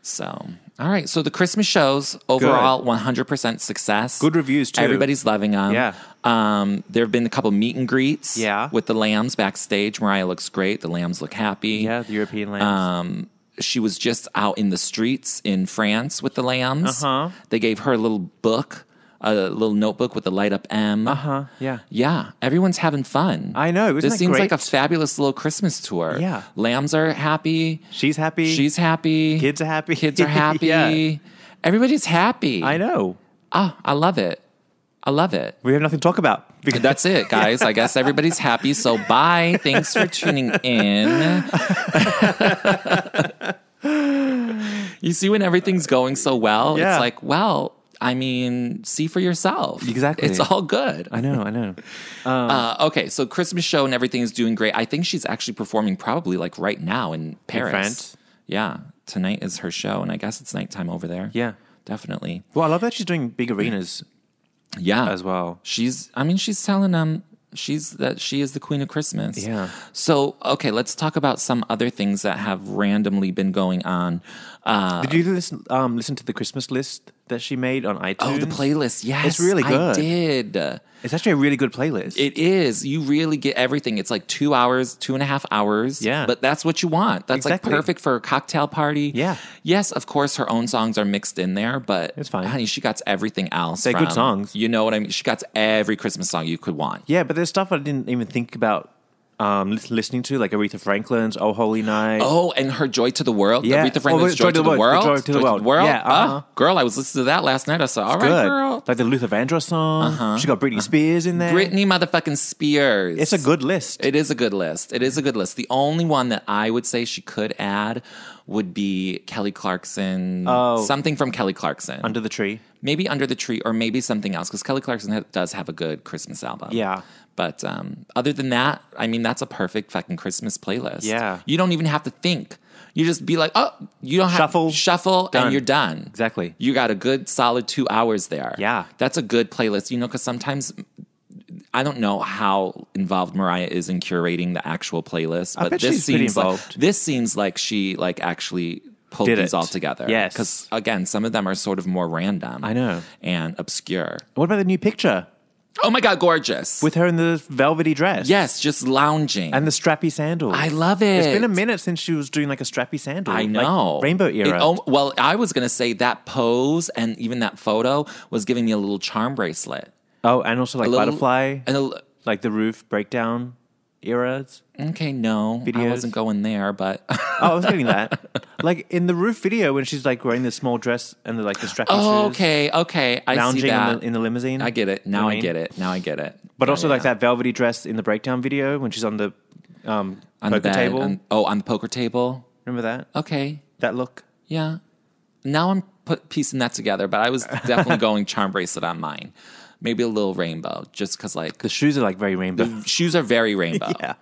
C: So all right. So the Christmas shows overall, one hundred percent success.
B: Good reviews, too.
C: Everybody's loving them.
B: Yeah.
C: Um, there have been a couple meet and greets.
B: Yeah.
C: With the lambs backstage, Mariah looks great. The lambs look happy.
B: Yeah, the European lands.
C: Um, she was just out in the streets in France with the lambs.
B: Uh-huh.
C: They gave her a little book, a little notebook with a light up M.
B: huh. Yeah.
C: Yeah, everyone's having fun.
B: Uh-huh. I know, isn't
C: this
B: that
C: seems like a
B: great?
C: fabulous little Christmas tour.
B: Yeah.
C: lambs are happy.
B: She's happy.
C: She's happy.
B: Kids are happy. [LAUGHS]
C: Kids are happy.
B: Yeah.
C: Everybody's happy.
B: I know.
C: Ah, I love it. I love it.
B: We have nothing to talk about. Because
C: That's it, guys. I guess everybody's happy. So bye. Thanks for tuning in. [LAUGHS] you see, when everything's going so well,
B: Yeah.
C: it's like, well, I mean, see for yourself.
B: Exactly.
C: It's all good.
B: [LAUGHS] I know. I know.
C: Uh, okay, so Christmas show and everything is doing great. I think she's actually performing probably like right now in Paris.
B: France?
C: Yeah. Tonight is her show, and I guess it's nighttime over there.
B: Yeah.
C: Definitely.
B: Well, I love that she's doing big arenas
C: Yeah.
B: as well.
C: She's I mean she's telling them she's that she is the queen of Christmas.
B: Yeah.
C: So okay, let's talk about some other things that have randomly been going on. Uh,
B: Did you listen um, listen to the Christmas list that she made on iTunes?
C: oh, the playlist. Yes,
B: really
C: I
B: good.
C: did.
B: It's actually a really good playlist.
C: It is. You really get everything. It's like two hours, two and a half hours.
B: Yeah.
C: But that's what you want. That's
B: Exactly.
C: like perfect for a cocktail party.
B: Yeah.
C: Yes, of course, her own songs are mixed in there, but
B: It's fine.
C: Honey, she got everything else.
B: They're good
C: from-
B: songs.
C: You know what I mean? She got every Christmas song you could want.
B: yeah, but there's stuff I didn't even think about um, lis- listening to, like Aretha Franklin's "Oh Holy Night."
C: Oh, and her Joy to the World.
B: Yeah.
C: Aretha Franklin's
B: Oh,
C: Joy, to the World.
B: Joy to the World. Yeah, uh-huh.
C: Ah, girl, I was listening to that last night. I said, all right,
B: good.
C: girl. Uh-huh.
B: Like the Luther Vandross song. She got Britney Spears in there.
C: Brittany motherfucking Spears.
B: It's a good list.
C: It is a good list. It is a good list. The only one that I would say she could add would be Kelly Clarkson.
B: Oh.
C: Something from Kelly Clarkson.
B: Under the tree.
C: maybe Under the Tree or maybe something else because Kelly Clarkson ha- does have a good Christmas album.
B: Yeah.
C: But um, other than that, I mean, that's a perfect fucking Christmas playlist.
B: Yeah.
C: You don't even have to think. You just be like, oh, you don't have
B: Shuffle.
C: shuffle,
B: Done.
C: and you're done.
B: Exactly.
C: You got a good solid two hours there.
B: Yeah.
C: That's a good playlist, you know, because sometimes I don't know how involved Mariah is in curating the actual playlist,
B: I
C: but
B: bet
C: this
B: she's pretty
C: seems like
B: involved.
C: this seems like she like actually pulled
B: Did
C: these
B: it.
C: all together.
B: Yes.
C: because again, some of them are sort of more random.
B: I know.
C: and obscure.
B: What about the new picture
C: Oh my god, gorgeous!
B: with her in the velvety dress?
C: yes, just lounging.
B: And the strappy sandals.
C: I love it.
B: It's been a minute since she was doing like a strappy sandal.
C: I
B: like
C: know.
B: Rainbow
C: It-
B: era.
C: oh, well, I was gonna say that pose and even that photo was giving me a little charm bracelet.
B: oh, and also like
C: A little-
B: butterfly.
C: And a, l-
B: like the roof breakdown eras.
C: okay, no, I
B: Videos.
C: wasn't going there, but [LAUGHS]
B: Oh, I was getting that. like in the roof video when she's like wearing the small dress and the like the strappy
C: oh,
B: shoes,
C: okay, okay, I see
B: lounging
C: that.
B: in the in the limousine.
C: I get it.
B: You know
C: Now
B: what
C: I
B: mean?
C: get it. Now I get it.
B: But
C: Yeah,
B: also like
C: yeah.
B: that velvety dress in the breakdown video when she's on the um,
C: on
B: poker
C: the bed,
B: table.
C: on- oh, on the poker table.
B: Remember that
C: Okay.
B: that look?
C: Yeah. Now I'm put piecing that together, but I was
B: [LAUGHS]
C: definitely going charm bracelet on mine. Maybe a little rainbow, just because like
B: The shoes are like very [LAUGHS] rainbow.
C: shoes are very rainbow.
B: yeah.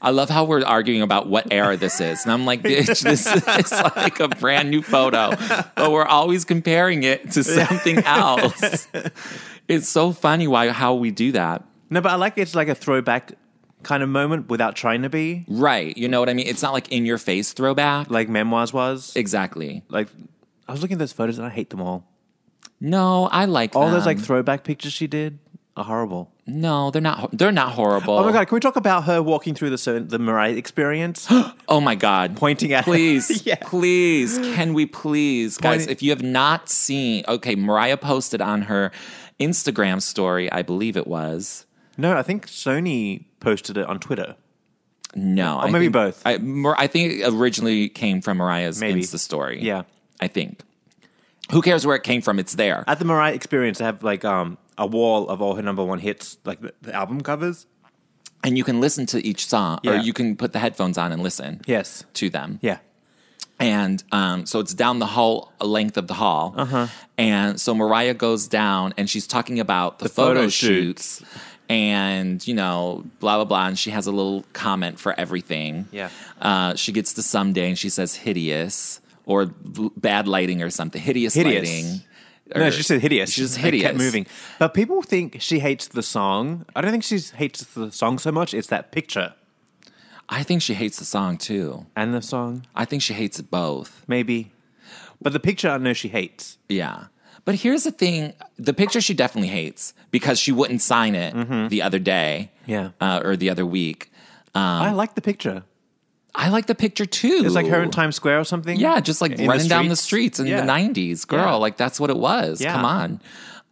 C: I love how we're arguing about what era this is. And
B: [LAUGHS]
C: I'm like, bitch, this is like a brand new photo, but we're always comparing it to something
B: [LAUGHS]
C: else. It's so funny why how we do that.
B: No, but I like it's like a throwback kind of moment without trying to be
C: Right. You know what I mean? It's not like in your face throwback.
B: like memoirs was.
C: Exactly.
B: like I was looking at those photos and I hate them all.
C: No, I like
B: All those like
C: them.
B: throwback pictures she did are horrible.
C: no, they're not. They're not horrible.
B: Oh my god! Can we talk about her walking through the so- the Mariah [GASPS] experience,
C: Oh my god!
B: pointing at? [LAUGHS]
C: Please,
B: yeah.
C: please, can we please, guys?
B: Point-
C: If you have not seen, okay, Mariah posted on her Instagram story, I believe it was.
B: No, I think Sony posted it on Twitter.
C: No, I
B: Oh, maybe
C: think-
B: both.
C: I, Mar- I think it originally came from Mariah's
B: Maybe.
C: Insta story.
B: Yeah.
C: I think. Who cares where it came from? It's there.
B: At the Mariah experience, they have like um a wall of all her number one hits, like the, the album covers.
C: and you can listen to each song, or
B: Yeah.
C: you can put the headphones on and listen.
B: Yes.
C: to them.
B: Yeah.
C: And um, so it's down the whole length of the hall.
B: Uh-huh.
C: And so Mariah goes down and she's talking about the, photo,
B: photo
C: shoots. and, you know, blah, blah, blah. And she has a little comment for everything.
B: Yeah.
C: Uh, she gets to someday and she says hideous or b- bad lighting or something. Hideous,
B: Hideous.
C: lighting.
B: No,
C: or-
B: she said hideous.
C: She's just
B: It kept
C: hideous.
B: moving. But people think she hates the song. I don't think she hates the song so much. It's that picture
C: I think she hates the song too.
B: and the song,
C: I think she hates both.
B: maybe. But the picture, I know she hates.
C: Yeah. But here's the thing the picture she definitely hates because she wouldn't sign it
B: Mm-hmm.
C: the other day
B: Yeah.
C: uh, or the other week. Um,
B: I like the picture.
C: I like the picture too.
B: It's like her in Times Square or something.
C: Yeah, just like
B: In the
C: running down the
B: streets.
C: streets in
B: Yeah.
C: the 90s, girl.
B: Yeah.
C: Like that's what it was.
B: Yeah.
C: Come on.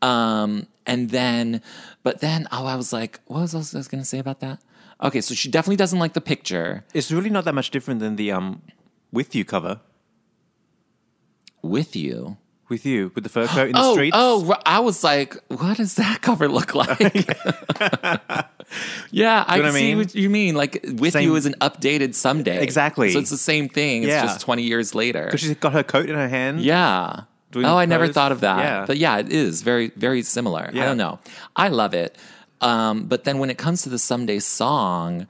C: Um, and then, but then, oh, I was like, what was else I was going to say about that? Okay, so she definitely doesn't like the picture
B: It's really not that much different than the um, With You cover.
C: with you.
B: With You, with the fur coat in the
C: [GASPS] oh,
B: streets.
C: oh, ri- I was like, what does that [LAUGHS] cover look
B: [LAUGHS]
C: like? [LAUGHS] yeah, I
B: know what I
C: can see
B: mean?
C: what you mean. Like, with
B: Same-
C: you is an updated someday.
B: Exactly.
C: So it's the same thing. It's
B: Yeah.
C: just 20 years later.
B: Because she's got her coat in her hand.
C: Yeah.
B: Doing
C: oh, I never
B: pros-
C: thought of that.
B: yeah.
C: But yeah, it is very, very similar.
B: Yeah.
C: I don't know. I love it. Um, but then when it comes to the someday song,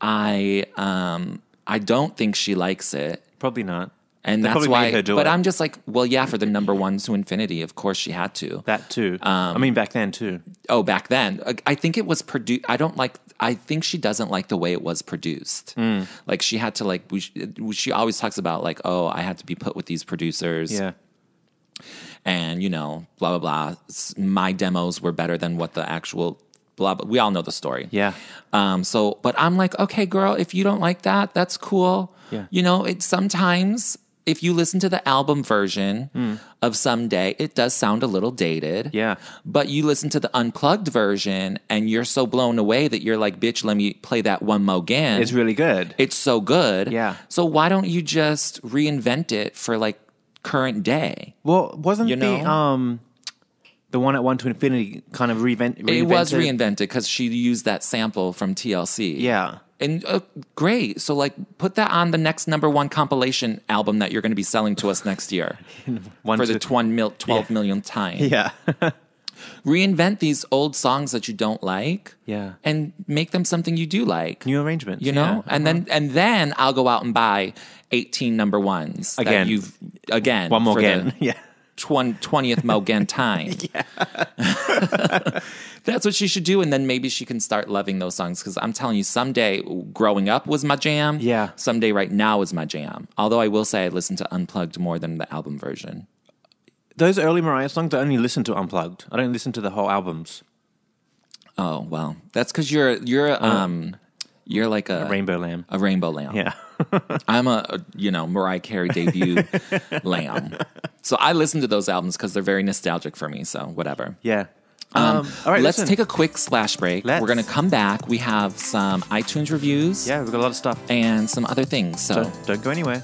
C: I um, I don't think she likes it.
B: Probably not.
C: And
B: They
C: that's
B: probably
C: why
B: made her do
C: But
B: it.
C: I'm just like, well, yeah, for the number one to infinity, of course she had to.
B: That too.
C: Um,
B: I mean, back then too.
C: oh, back then. I- I think it was produced. I don't like. I think she doesn't like the way it was produced.
B: Mm.
C: Like she had to like. We, she always talks about like, oh, I had to be put with these producers.
B: Yeah.
C: and you know, blah blah blah. S- My demos were better than what the actual blah. blah. We all know the story.
B: Yeah.
C: Um. So, but I'm like, okay, girl, if you don't like that, that's cool.
B: Yeah.
C: You know, it sometimes if you listen to the album version of someday, it does sound a little dated.
B: Hmm. Yeah.
C: But you listen to the unplugged version, and you're so blown away that you're like, bitch, let me play that one more again.
B: It's really good.
C: It's so good.
B: Yeah.
C: So why don't you just reinvent it for like current day?
B: well, wasn't
C: You know?
B: the um the one at one to infinity kind of reinvent? reinvented?
C: It was reinvented because she used that sample from TLC.
B: Yeah.
C: And uh, great. So, like, put that on the next number one compilation album that you're going to be selling to us next
B: [LAUGHS]
C: year
B: One
C: for
B: to-
C: the 12 mil- 12 millionth time.
B: [LAUGHS]
C: [LAUGHS]
B: Yeah.
C: Reinvent these old songs that you don't like
B: Yeah.
C: and make them something you do like.
B: New arrangements. Uh-huh.
C: you know, and then and then I'll go out and buy eighteen number ones that
B: Again.
C: You've again
B: one more
C: for the
B: again. [LAUGHS] yeah.
C: twen- 20th
B: [LAUGHS]
C: Mogen time. [LAUGHS] That's what she should do. And then maybe she can start loving those songs. Because I'm telling you, someday growing up was my jam.
B: Yeah.
C: Someday right now is my jam. Although I will say I listen to Unplugged more than the album version.
B: Those early Mariah songs, I only listen to unplugged. I don't listen to the whole albums.
C: Oh, well, that's because you're, you're, um, you're like a,
B: Uh, Rainbow Lamb.
C: a rainbow lamb.
B: Yeah. [LAUGHS]
C: I'm a, a, you know, Mariah Carey debut lamb. So I listen to those albums because they're very nostalgic for me. So whatever.
B: yeah. Um, all right.
C: Let's
B: listen.
C: take a quick slash break.
B: Let's.
C: We're going to come back. We have some iTunes reviews
B: Yeah, we've got a lot of stuff.
C: and some other things. So,
B: So don't go anywhere.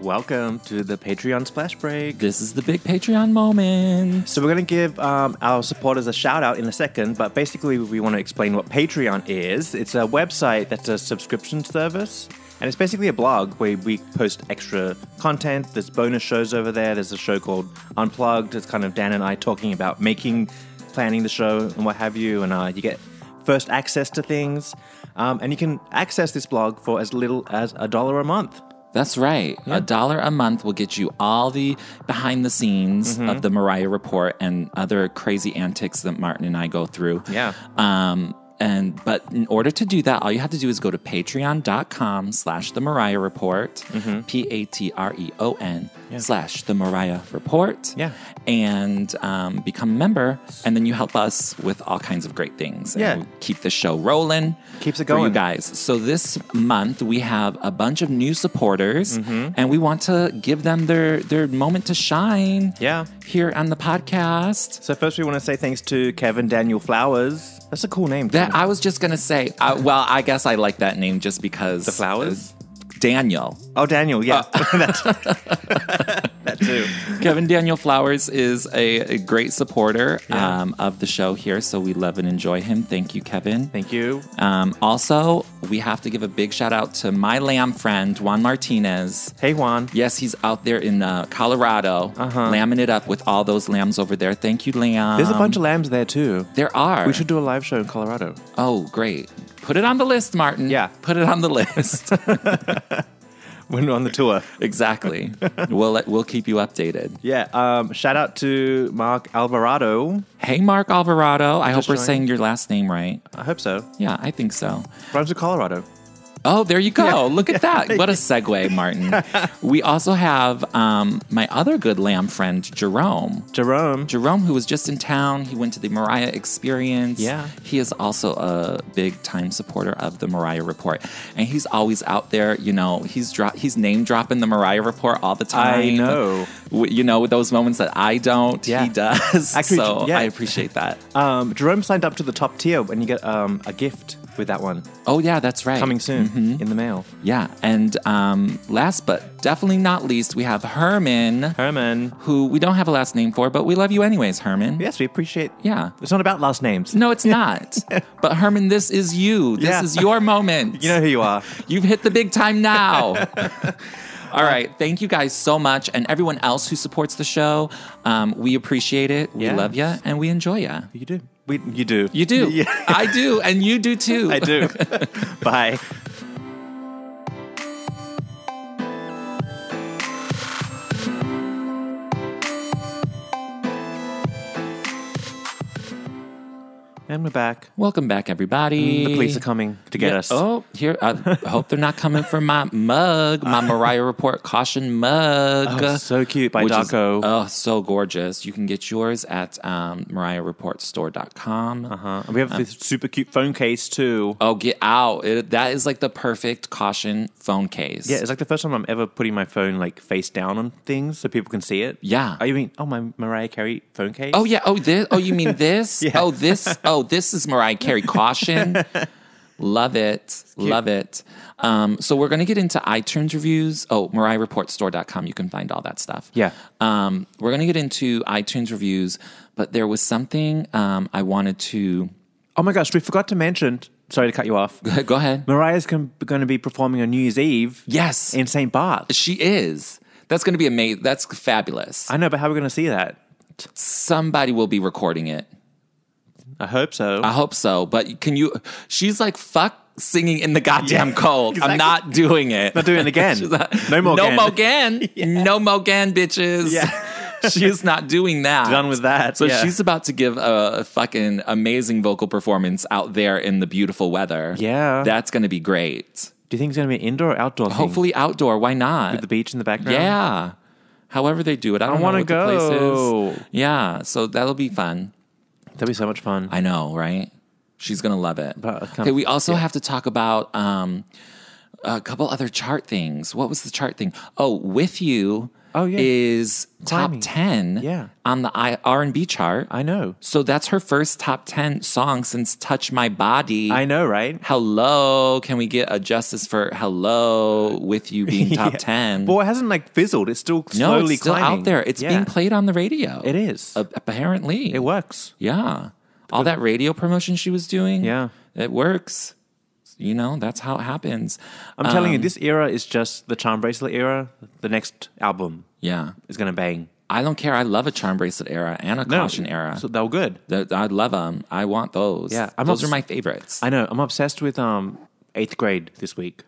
B: Welcome to the Patreon splash break.
C: this is the big Patreon moment.
B: So we're going to give um, our supporters a shout out in a second, but basically we want to explain what Patreon is. It's a website that's a subscription service, and it's basically a blog where we post extra content. There's bonus shows over there. There's a show called Unplugged. It's kind of Dan and I talking about making, planning the show, and what have you. And uh, you get first access to things, um, and you can access this blog for as little as a dollar a month.
C: That's right. A dollar a month will get you all the behind the scenes
B: Mm-hmm.
C: of the Mariah Report and other crazy antics that Martin and I go through.
B: Yeah.
C: Um, and but in order to do that, all you have to do is go to patreon.com slash the Mariah Report,
B: Mm-hmm.
C: P-A-T-R-E-O-N E slash the Mariah Report.
B: Yeah.
C: And um, become a member. And then you help us with all kinds of great things.
B: Yeah.
C: And we'll keep the show rolling.
B: Keeps it
C: for you
B: going.
C: guys guys. So this month we have a bunch of new supporters,
B: Mm-hmm.
C: and we want to give them their their moment to shine.
B: Yeah.
C: here on the podcast.
B: So first, we want to say thanks to Kevin Daniel Flowers. That's a cool name. too.
C: That I was just gonna say. Uh, well, I guess I like that name just because the
B: Flowers?
C: Daniel.
B: Oh, Daniel, yeah.
C: Ah.
B: [LAUGHS]
C: [LAUGHS]
B: that, that too.
C: Kevin Daniel Flowers is a, a great supporter um, of the show here, so we love and enjoy him. Thank you, Kevin.
B: Thank you.
C: Um, also, we have to give a big shout out to my lamb friend Juan Martinez.
B: Hey, Juan.
C: Yes, he's out there in uh, Colorado,
B: Uh-huh.
C: lambing it up with all those lambs over there. Thank you, Lamb.
B: Um, There's a bunch of lambs there too.
C: There are.
B: We should do a live show in Colorado.
C: Oh, great. Put it on the list, Martin.
B: Yeah.
C: Put it on
B: [LAUGHS]
C: the list.
B: [LAUGHS] when we're on the tour. [LAUGHS]
C: exactly. We'll let, we'll keep you updated.
B: Yeah. Um, shout out to Mark Alvarado.
C: Hey, Mark Alvarado. I hope
B: Just
C: we're
B: trying-
C: saying your last name right.
B: I hope so.
C: Yeah, I think so.
B: Rhymes with Colorado.
C: Oh, there you go. Look
B: [LAUGHS]
C: at that. What a segue, Martin. we also have um, my other good lamb friend, Jerome.
B: Jerome.
C: Jerome, who was just in town, he went to the Mariah Experience.
B: Yeah.
C: He is also a big time supporter of the Mariah Report. And he's always out there, you know, he's dro- he's name dropping the Mariah Report all the time.
B: I know.
C: W- you know, with those moments that I don't,
B: Yeah.
C: he does.
B: Actually,
C: so
B: yeah.
C: I appreciate
B: [LAUGHS]
C: that.
B: Um, Jerome signed up to the top tier and you get um, a gift with that one
C: Oh, yeah, that's right.
B: coming soon
C: Mm-hmm.
B: in the mail.
C: Yeah. And um, last but definitely not least, we have Herman,
B: Herman.
C: who we don't have a last name for, but we love you anyways, Herman.
B: Yes, we appreciate.
C: Yeah.
B: It's not about last names.
C: No,
B: [LAUGHS]
C: it's not. but Herman, this is you. This
B: Yeah.
C: is your moment.
B: You know who you
C: [LAUGHS]
B: are.
C: You've hit the big time now.
B: [LAUGHS]
C: All right. Thank you guys so much. And everyone else who supports the show, um, we appreciate it. We
B: Yes.
C: love you and we enjoy you.
B: you do. We, you do.
C: You
B: [LAUGHS]
C: do.
B: Yeah.
C: I do. And you do too.
B: I
C: [LAUGHS]
B: do. Bye. And we're back.
C: Welcome back, everybody.
B: Mm, The police are coming to get
C: Yeah.
B: us.
C: Oh, here. I hope they're not coming for my
B: [LAUGHS]
C: mug, my Mariah Report caution mug.
B: Oh, so cute by
C: which is-
B: Daco.
C: oh, so gorgeous. You can get yours at um, MariahReportStore.com.
B: Uh, and we have this super cute phone case too.
C: Oh, get out. It, that is like the perfect caution phone case.
B: Yeah, it's like the first time I'm ever putting my phone like face down on things so people can see it.
C: Yeah.
B: Oh, you mean oh my Mariah Carey phone case?
C: Oh yeah. Oh this. Oh,
B: [LAUGHS]
C: you mean this?
B: Yeah.
C: Oh this. Oh, this is Mariah Carey caution. Love it. Love it. Um, so we're gonna get into iTunes reviews. Oh, MariahReportStore.com. You can find all that stuff.
B: Yeah.
C: Um, we're gonna get into iTunes reviews, but there was something um, I wanted to. [LAUGHS]
B: Oh my gosh, we forgot to mention. Sorry to cut you off.
C: Go ahead.
B: Mariah's com- going to be performing on New Year's Eve.
C: Yes.
B: in St. Bart's.
C: she is. That's gonna be amazing. That's fabulous.
B: I know, but how are we going to see that?
C: Somebody will be recording it.
B: I hope so.
C: I hope so. But can you? She's like, fuck singing in the goddamn
B: Yeah,
C: cold.
B: [LAUGHS] exactly.
C: I'm not doing it.
B: Not doing it again.
C: [LAUGHS] She's not-
B: No more
C: No
B: again.
C: more again. No more again,
B: [LAUGHS]
C: bitches.
B: Yeah.
C: [LAUGHS] she's not doing that.
B: Done with that,
C: So
B: yeah.
C: she's about to give a fucking amazing vocal performance out there in the beautiful weather.
B: Yeah.
C: That's going to be great.
B: Do you think it's going to be an indoor or outdoor? thing?
C: Hopefully outdoor. Why not?
B: with the beach in the background.
C: Yeah. However they do it. I don't
B: wanna
C: want to go.
B: go.
C: The place is. Yeah. So that'll be fun.
B: that'd be so much fun.
C: I know, right? She's gonna love it.
B: But uh, I can't-
C: okay, we also have to talk about um, a couple other chart things. What was the chart thing? Oh, with you.
B: Oh, yeah.
C: is
B: Climbing.
C: top ten.
B: Yeah.
C: on the R and B chart.
B: I know.
C: so that's her first top ten song since "Touch My Body."
B: I know,
C: [LAUGHS]
B: right?
C: Hello, can we get a justice for "Hello" with
B: [LAUGHS]
C: you being top
B: Yeah.
C: ten?
B: Well, it hasn't like fizzled. It's still
C: no,
B: slowly
C: it's still
B: climbing.
C: out there. It's
B: Yeah.
C: being played on the radio.
B: It is.
C: A- apparently.
B: it works.
C: Yeah. All that radio promotion she was doing.
B: Yeah.
C: It works. You know, that's how it happens.
B: I'm
C: Um,
B: telling you, this era is just the charm bracelet era. The next album
C: Yeah.
B: is going to bang.
C: I don't care. I love a charm bracelet era and a caution era.
B: So they're good.
C: Th- I love them. I want those.
B: Yeah, I'm
C: those
B: obs-
C: are my favorites.
B: I know. I'm obsessed with um eighth grade this week.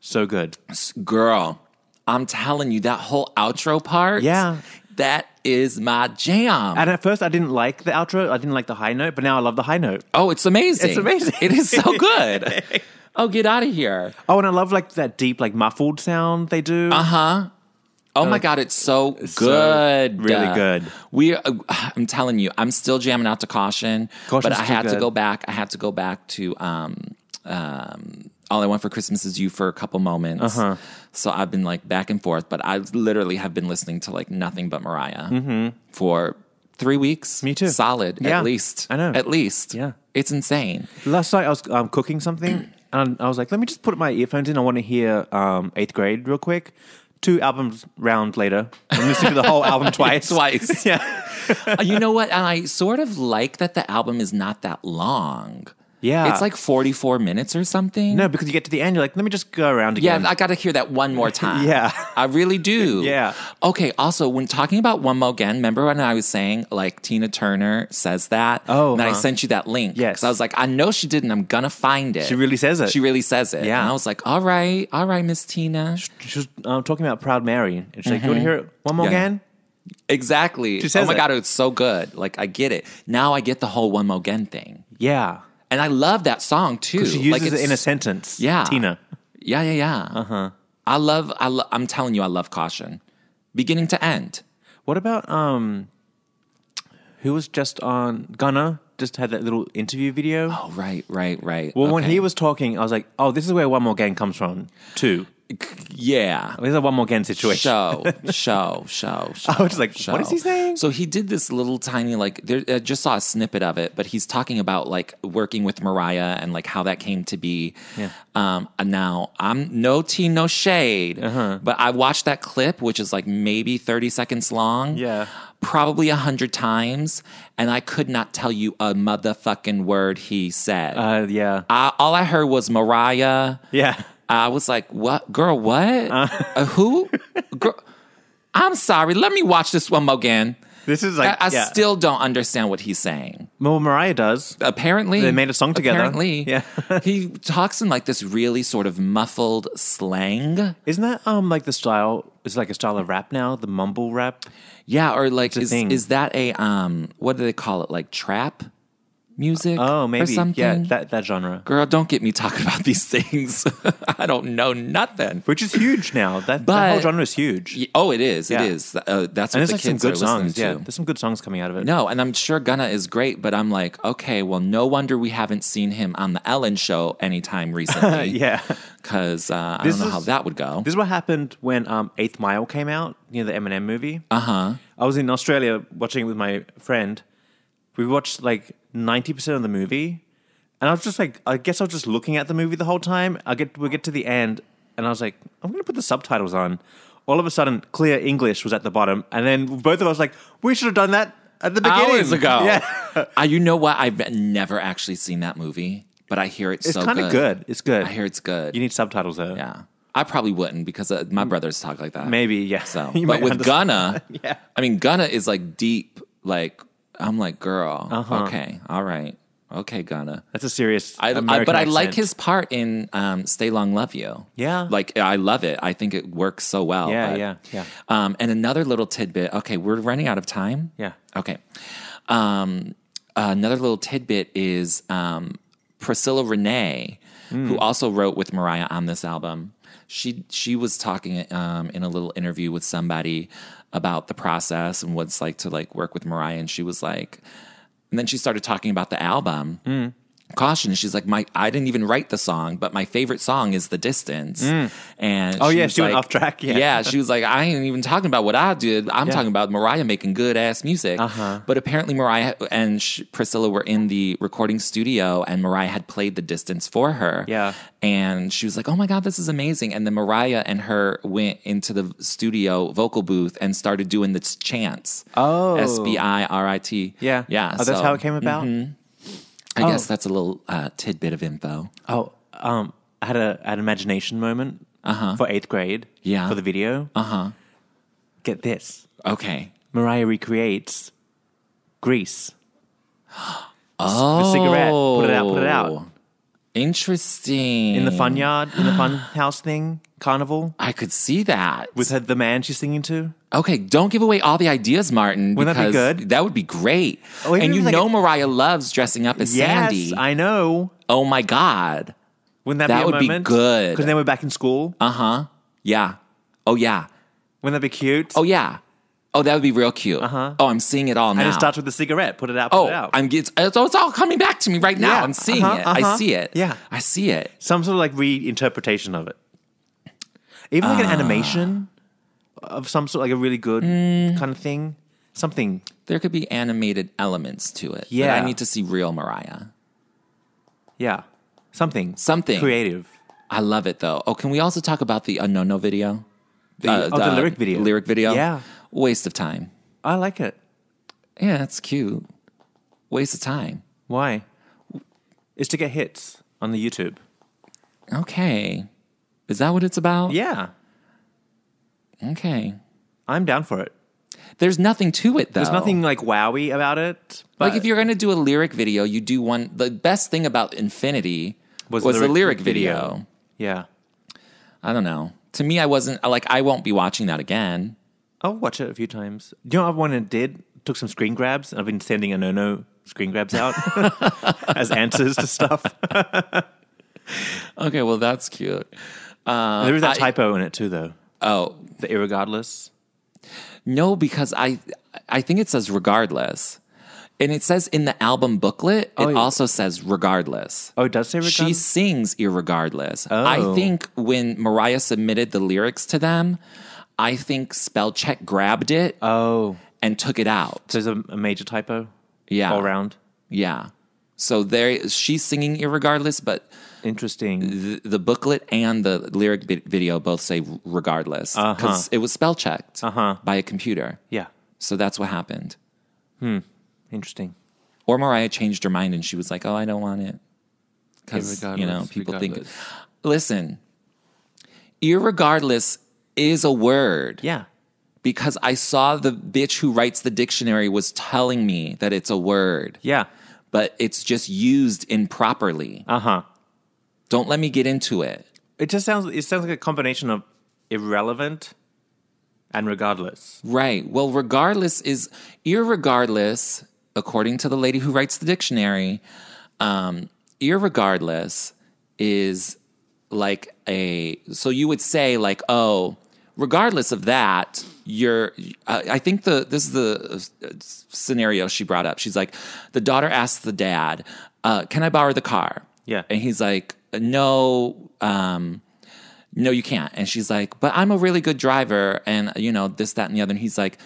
B: So good.
C: Girl, I'm telling you, that whole outro part.
B: Yeah.
C: That is my jam.
B: And at first, I didn't like the outro. I didn't like the high note, but now I love the high note.
C: oh, it's amazing.
B: It's amazing.
C: It is
B: [LAUGHS]
C: so good. oh, get out of here.
B: Oh, and I love like that deep, like muffled sound they do.
C: Uh-huh. Oh my god, it's so
B: uh, so
C: good,
B: really good.
C: We, uh, I'm telling you, I'm still jamming out to caution,
B: Caution's
C: but I
B: too
C: had to
B: good.
C: go back. I had to go back to um, um, all I want for Christmas is you for a couple moments.
B: Uh-huh.
C: So I've been like back and forth, but I literally have been listening to like nothing but Mariah for three weeks.
B: Mm-hmm. Me too.
C: Solid,
B: Yeah,
C: at least.
B: I know.
C: at least.
B: Yeah.
C: it's insane.
B: Last night I was um, cooking something, [CLEARS THROAT] and I was like, "Let me just put my earphones in. I want to hear um, eighth grade real quick." Two albums round later, I'm listening to the whole
C: [LAUGHS]
B: album twice.
C: Twice.
B: [LAUGHS] Yeah,
C: Uh, you know what? And I sort of like that the album is not that long.
B: Yeah.
C: It's like 44 minutes or something.
B: No, because you get to the end, you're like, let me just go around
C: Yeah,
B: again.
C: I got to hear that one more time.
B: [LAUGHS] Yeah.
C: I really do.
B: [LAUGHS] Yeah.
C: Okay. Also, when talking about one more again, remember when I was saying like Tina Turner says that?
B: Oh,
C: and then I
B: huh.
C: sent you that link.
B: Yes.
C: 'Cause I was like, I know she didn't. I'm gonna find it.
B: She really says it.
C: She really says it.
B: Yeah.
C: And I was like, all right, all right, Miss Tina.
B: she was um, talking about Proud Mary, and she's like, "You want to hear it one more
C: Mm-hmm. Yeah.
B: again?"
C: Exactly.
B: She says
C: oh my
B: it.
C: god, it's so good. Like I get it now. I get the whole one more again thing,
B: Yeah,
C: and I love that song too.
B: she uses it
C: like
B: in a Uh-huh.
C: it's-
B: sentence.
C: Yeah.
B: Tina.
C: Yeah, yeah, yeah. Uh huh. I love. I lo- I'm telling you, I love caution, beginning to end.
B: What about um, who was just on Gunna? Just had that little interview video.
C: Oh, right, right, right.
B: well, when
C: Okay.
B: he was talking, I was like, "Oh, this is where one more gang comes from." Two.
C: yeah.
B: This is a one more gang situation.
C: Show, show, show, show.
B: [LAUGHS] I was like, what is he saying?
C: So he did this little tiny like. There, I just saw a snippet of it, but he's talking about like working with Mariah and like how that came to be.
B: Yeah.
C: Um. and Now I'm no tea, no shade,
B: Uh-huh.
C: but I watched that clip, which is like maybe 30 seconds long.
B: Yeah.
C: Probably a hundred times, and I could not tell you a motherfucking word he said.
B: Uh, yeah,
C: I, all I heard was Mariah.
B: yeah. [LAUGHS]
C: I was like, "What, girl? What?
B: Uh-huh.
C: Uh, who? girl, I'm sorry. Let me watch this one more again.
B: This is like
C: I, I
B: yeah.
C: still don't understand what he's saying.
B: Well, Mariah does.
C: Apparently,
B: They made a song together.
C: Apparently,
B: [LAUGHS] Yeah.
C: he talks in like this really sort of muffled slang.
B: Isn't that um like the style? It's like a style of rap now, the mumble rap.
C: Yeah, or like,
B: a
C: is,
B: thing.
C: is that a um? What do they call it? Like trap music?
B: Oh,
C: or
B: maybe
C: something.
B: yeah, that that genre,
C: girl, don't get me talking [LAUGHS] about these things. [LAUGHS] I don't know nothing.
B: which is huge now. That, that whole
C: But-
B: genre is huge.
C: Y- Oh, it is.
B: Yeah.
C: It is. Uh, that's what
B: and there's
C: the
B: like some
C: kids
B: good
C: are listening
B: songs.
C: to.
B: Yeah, there's some good songs coming out of it.
C: No, and I'm sure Gunna is great, but I'm like, okay, well, no wonder we haven't seen him on the Ellen show
B: [LAUGHS]
C: anytime recently.
B: yeah.
C: [LAUGHS] Because uh, I
B: This
C: don't know
B: is-
C: how that would go.
B: This is what happened when um, Eighth Mile came out, you know, the Eminem movie. Uh
C: Uh-huh.
B: huh. I was in Australia watching it with my friend. We watched like 90% of the movie. And I was just like, I guess I was just looking at the movie the whole time. I get, we get to the end, and I was like, I'm going to put the subtitles on. All of a sudden, clear English was at the bottom. And then both of us like, we should have done that at the beginning.
C: Hours ago.
B: Yeah.
C: [LAUGHS] Uh, you know what? I've never actually seen that movie, but I hear it's,
B: It's
C: so
B: kind of good. It's good.
C: I hear it's good.
B: You need subtitles though.
C: yeah. I probably wouldn't because uh, my brothers talk like that.
B: Maybe, yeah.
C: So,
B: [LAUGHS] You
C: but
B: might
C: with
B: understand.
C: Gunna,
B: [LAUGHS] Yeah.
C: I mean, Gunna is like deep, like, I'm like, girl,
B: Uh-huh.
C: okay, all right, okay, Gunna.
B: That's a serious.
C: I, I-
B: American
C: but I like
B: accent.
C: his part in um, "Stay Long, Love You."
B: Yeah.
C: like I love it. I think it works so well.
B: Yeah,
C: but-
B: yeah, yeah.
C: Um, and another little tidbit. Okay, we're running out of time.
B: Yeah.
C: Okay. Um, another little tidbit is um, Priscilla Renee,
B: Hmm.
C: who also wrote with Mariah on this album. She she was talking um, in a little interview with somebody about the process and what it's like to like work with Mariah, and she was like, and then she started talking about the album.
B: Mm.
C: Caution. She's like, my I didn't even write the song, but my favorite song is "The Distance." And
B: Oh, yeah,
C: was
B: she went
C: like-
B: off track, yeah.
C: yeah, she was like, I ain't even talking about what I did. I'm talking about Mariah making good ass music.
B: Uh-huh.
C: But apparently, Mariah and sh- Priscilla were in the recording studio, and Mariah had played the distance for her.
B: Yeah.
C: and she was like, "Oh my god, this is amazing!" And then Mariah and her went into the studio vocal booth and started doing this chants.
B: Oh.
C: S B I R I T.
B: Yeah.
C: yeah.
B: Oh, that's
C: so mm-hmm.
B: how it came about.
C: I guess that's a little uh, tidbit of info.
B: Oh, um, I had a an imagination moment for eighth grade.
C: Uh-huh. Yeah. Uh-huh.
B: For the video. Uh huh. Get this.
C: Okay.
B: Mariah recreates Grease.
C: Oh,
B: The cigarette. Put it out, put it out.
C: Interesting.
B: In the fun yard, in the
C: [GASPS]
B: fun house thing, carnival.
C: I could see that.
B: With her, the man she's singing to.
C: okay, don't give away all the ideas, Martin.
B: Wouldn't that be
C: because
B: good?
C: That would be great.
B: Oh, even
C: and
B: if
C: you
B: it's like
C: know
B: a-
C: Mariah loves dressing up as Sandy.
B: Yes, I know.
C: oh my God.
B: Wouldn't that,
C: That
B: be a
C: would be
B: moment?
C: good.
B: Because then we're back in school.
C: Uh huh. Yeah. Oh yeah.
B: Wouldn't that be cute?
C: Oh yeah. Oh, that would be real cute. Uh
B: Uh-huh.
C: huh. Oh, I'm seeing it all now.
B: and it starts with the cigarette. Put it out. Put it
C: oh,
B: out.
C: I'm it's, it's, it's all coming back to me right now.
B: Yeah.
C: I'm seeing
B: Uh-huh,
C: it. I
B: uh-huh.
C: see it.
B: Yeah.
C: I see it.
B: some sort of like reinterpretation of it. Even like an
C: Ah.
B: animation of some sort, like a really good
C: Mm.
B: kind of thing. Something.
C: There could be animated elements to it. but
B: Yeah.
C: I need to see real Mariah.
B: Yeah. Something.
C: Something.
B: Creative.
C: I love it though. Oh, can we also talk about the Unknown video? Uh,
B: The- oh, the lyric video.
C: Lyric video.
B: Yeah.
C: Waste of time.
B: I like it.
C: Yeah, that's cute. Waste of time.
B: Why? is to get hits on the YouTube.
C: Okay. Is that what it's about?
B: Yeah,
C: Okay.
B: I'm down for it.
C: There's nothing to it though.
B: There's nothing like wowy about it. But
C: Oh. Like if you're going to do a lyric video, you do one. The best thing about Infinity was, the lyric video.
B: Yeah,
C: I don't know. To me, I wasn't like I won't be watching that again.
B: I'll watch it a few times. Do you know what I went and did? Took some screen grabs. I've been sending a no no screen grabs
C: [LAUGHS]
B: out as answers to stuff.
C: Okay, well that's cute. Uh,
B: there was that
C: I-
B: typo in it too, though.
C: Oh
B: The irregardless.
C: no, because I I think it says regardless, and it says in the album booklet. It
B: Oh, yeah.
C: also says regardless.
B: Oh, it Oh. does say regardless.
C: She sings irregardless. I think when Mariah submitted the lyrics to them, I think spell check grabbed it
B: oh,
C: and took it out.
B: there's a, a major typo.
C: Yeah.
B: all around.
C: Yeah. So there she's singing irregardless, but
B: Interesting.
C: the, the booklet and the lyric vi- video both say regardless because it was spell checked
B: Uh-huh.
C: by a computer.
B: Yeah,
C: So that's what happened.
B: interesting.
C: Or Mariah changed her mind and she was like, "Oh, I don't want it," because you know
B: Irregardless,
C: people think.
B: regardless.
C: Listen, irregardless is a word
B: Yeah,
C: because I saw the bitch who writes the dictionary was telling me that it's a word,
B: yeah.
C: but it's just used improperly.
B: Uh huh.
C: Don't let me get into it.
B: It just sounds. It sounds like a combination of irrelevant and regardless.
C: Right. Well, regardless is irregardless, according to the lady who writes the dictionary, um, irregardless is like a so you would say like oh regardless of that you're I i think the this is the uh, scenario she brought up she's like the daughter asks the dad uh, can i borrow the car
B: Yeah.
C: and he's like no um, no, you can't. And she's like, but I'm a really good driver and, you know, this, that, and the other. And he's like,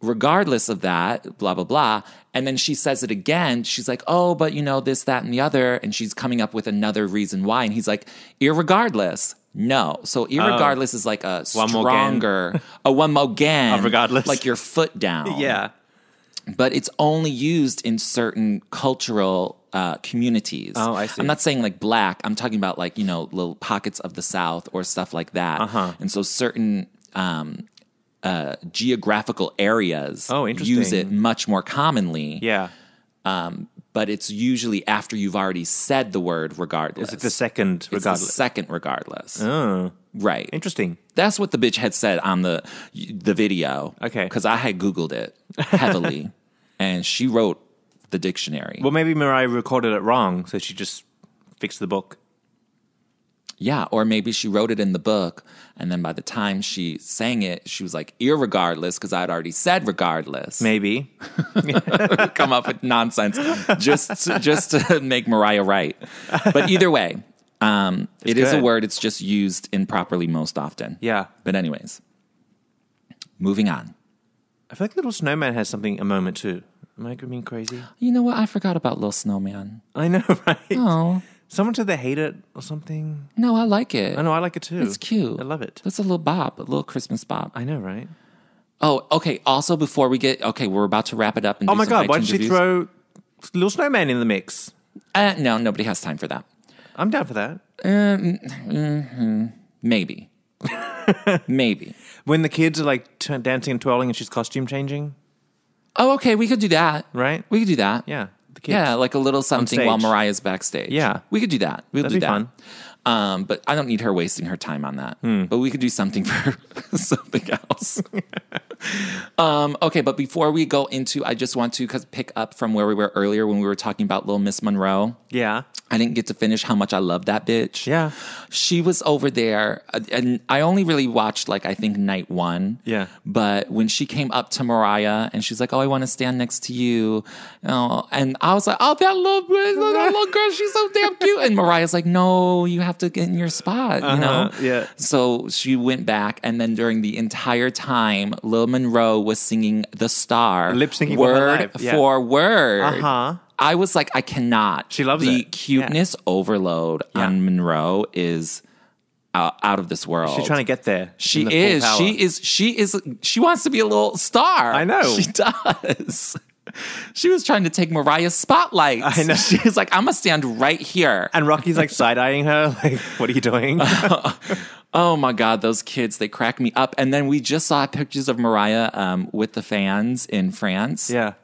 C: regardless of that, blah, blah, blah. And then she says it again. She's like, oh, but, you know, this, that, and the other. And she's coming up with another reason why. And he's like, irregardless. No. So irregardless is like a
B: Oh. One more gan.
C: stronger, a one more
B: [LAUGHS]
C: gan.
B: Of regardless.
C: Like your foot
B: [LAUGHS]
C: down
B: Yeah.
C: but it's only used in certain cultural uh, communities.
B: Oh, I see.
C: I'm not saying like black. I'm talking about like you know little pockets of the South or stuff like that.
B: Uh-huh.
C: And so certain um, uh, geographical areas
B: Oh,
C: use it
B: interesting.
C: much more commonly.
B: Yeah.
C: But it's usually after you've already said the word regardless.
B: It's like the second
C: It's the
B: regardless.
C: second regardless.
B: oh,
C: Right.
B: interesting.
C: That's what the bitch had said on the the video.
B: Okay.
C: Because I had Googled it heavily,
B: [LAUGHS]
C: and she wrote the dictionary.
B: Well, maybe Mariah recorded it wrong, so she just fixed the book.
C: Yeah, or maybe she wrote it in the book, and then by the time she sang it, she was like irregardless because I had already said regardless.
B: Maybe.
C: [LAUGHS] come up with nonsense just to, just to [LAUGHS] make Mariah right. But either way, um, it is a
B: good.
C: word. It's just used improperly most often.
B: Yeah.
C: But anyways, moving on.
B: I feel like Little Snowman has something a moment too. Am I being crazy?
C: You know what? I forgot about Little Snowman.
B: I know, [LAUGHS] right?
C: Oh
B: Someone said they hate it or something.
C: no, I like it.
B: I know, I like it too.
C: It's cute.
B: I love it.
C: That's a little bop, a little Christmas bop.
B: I know, right?
C: Oh, okay. Also, before we get okay, we're about to wrap it up. And
B: Oh
C: do
B: my
C: some
B: god, why
C: iTunes
B: did she
C: reviews.
B: throw Little Snowman in the mix?
C: Uh, no, nobody has time for that. Um,
B: I'm down for that.
C: mm-hmm,
B: [LAUGHS]
C: Maybe. Maybe.
B: When the kids are like t- dancing and twirling and she's costume changing,
C: Oh, okay. We could do that.
B: right?
C: We could do that.
B: yeah, the kids.
C: Yeah, like a little something
B: stage.
C: while Mariah's backstage.
B: Yeah.
C: We could do that. We'll
B: That'd be
C: do that.
B: fun. Hmm.
C: Um, but I don't need her wasting her time on that. But we could do something for [LAUGHS] something else. um, okay, but before we go into, I just want to cause pick up from where we were earlier when we were talking about Little Miss Monroe.
B: Yeah.
C: I didn't get to finish how much I love that bitch.
B: Yeah.
C: She was over there, uh, and I only really watched, like, I think night one.
B: Yeah.
C: But when she came up to Mariah and she's like, Oh, I want to stand next to you. Oh, and I was like, Oh, that little, bitch,
B: [LAUGHS]
C: that little girl, she's so damn cute. And Mariah's like, No, you have to get in your spot, you know?
B: Uh-huh. yeah.
C: So she went back, and then during the entire time, Lil Monroe was singing The Star
B: Lip syncing for her
C: word
B: life, yeah.
C: for word.
B: Uh-huh.
C: I was like, I cannot.
B: She loves
C: the
B: it.
C: cuteness overload on Monroe is uh, out of this world.
B: She's trying to get there.
C: She
B: in the full
C: is.
B: power.
C: She is. She is. She wants to be a little star.
B: I know.
C: She does. [LAUGHS] She was trying to take Mariah's spotlight.
B: I know.
C: She was like, I'm gonna stand right here.
B: And Rocky's like side eyeing her, [LAUGHS] like, what are you
C: [LAUGHS]
B: doing?
C: Oh my God, those kids, they crack me up. And then we just saw pictures of Mariah um, with the fans in France.
B: yeah.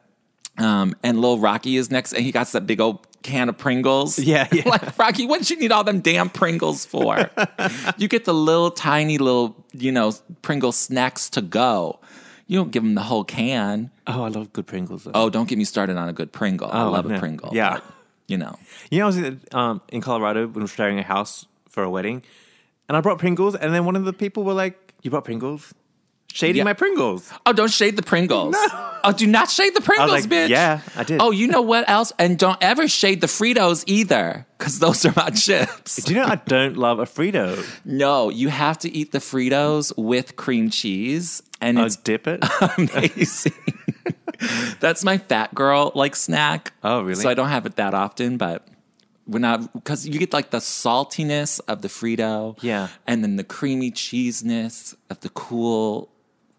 C: Um, and Lil Rocky is next, and he got that big old can of Pringles. [LAUGHS]
B: Yeah, yeah.
C: like, Rocky, what you need all them damn
B: [LAUGHS]
C: Pringles for? you get the little tiny little, you know, Pringle snacks to go. You don't give them the whole can.
B: Oh, I love good Pringles. Though.
C: Oh, don't get me started on a good Pringle. I
B: Oh,
C: love a
B: no.
C: Pringle.
B: Yeah.
C: but, you know.
B: You know, I was in, um, in Colorado when we were sharing a house for a wedding, and I brought Pringles, and then one of the people were like, "You brought Pringles? Shady
C: Yeah.
B: my Pringles."
C: Oh, don't shade the Pringles. Oh, do not shade the Pringles,
B: like,
C: bitch.
B: yeah, I did.
C: Oh, you know what else? And don't ever shade the Fritos either, because those are my [LAUGHS] chips.
B: Do you know I don't love a Frito?
C: No, you have to eat the Fritos with cream cheese, and
B: I
C: it's
B: Oh, dip
C: [LAUGHS]
B: it.
C: amazing. [LAUGHS] That's my fat girl like snack.
B: Oh, really?
C: So I don't have it that often, but when I because you get like the saltiness of the Frito,
B: Yeah.
C: and then the creamy cheeseness of the cool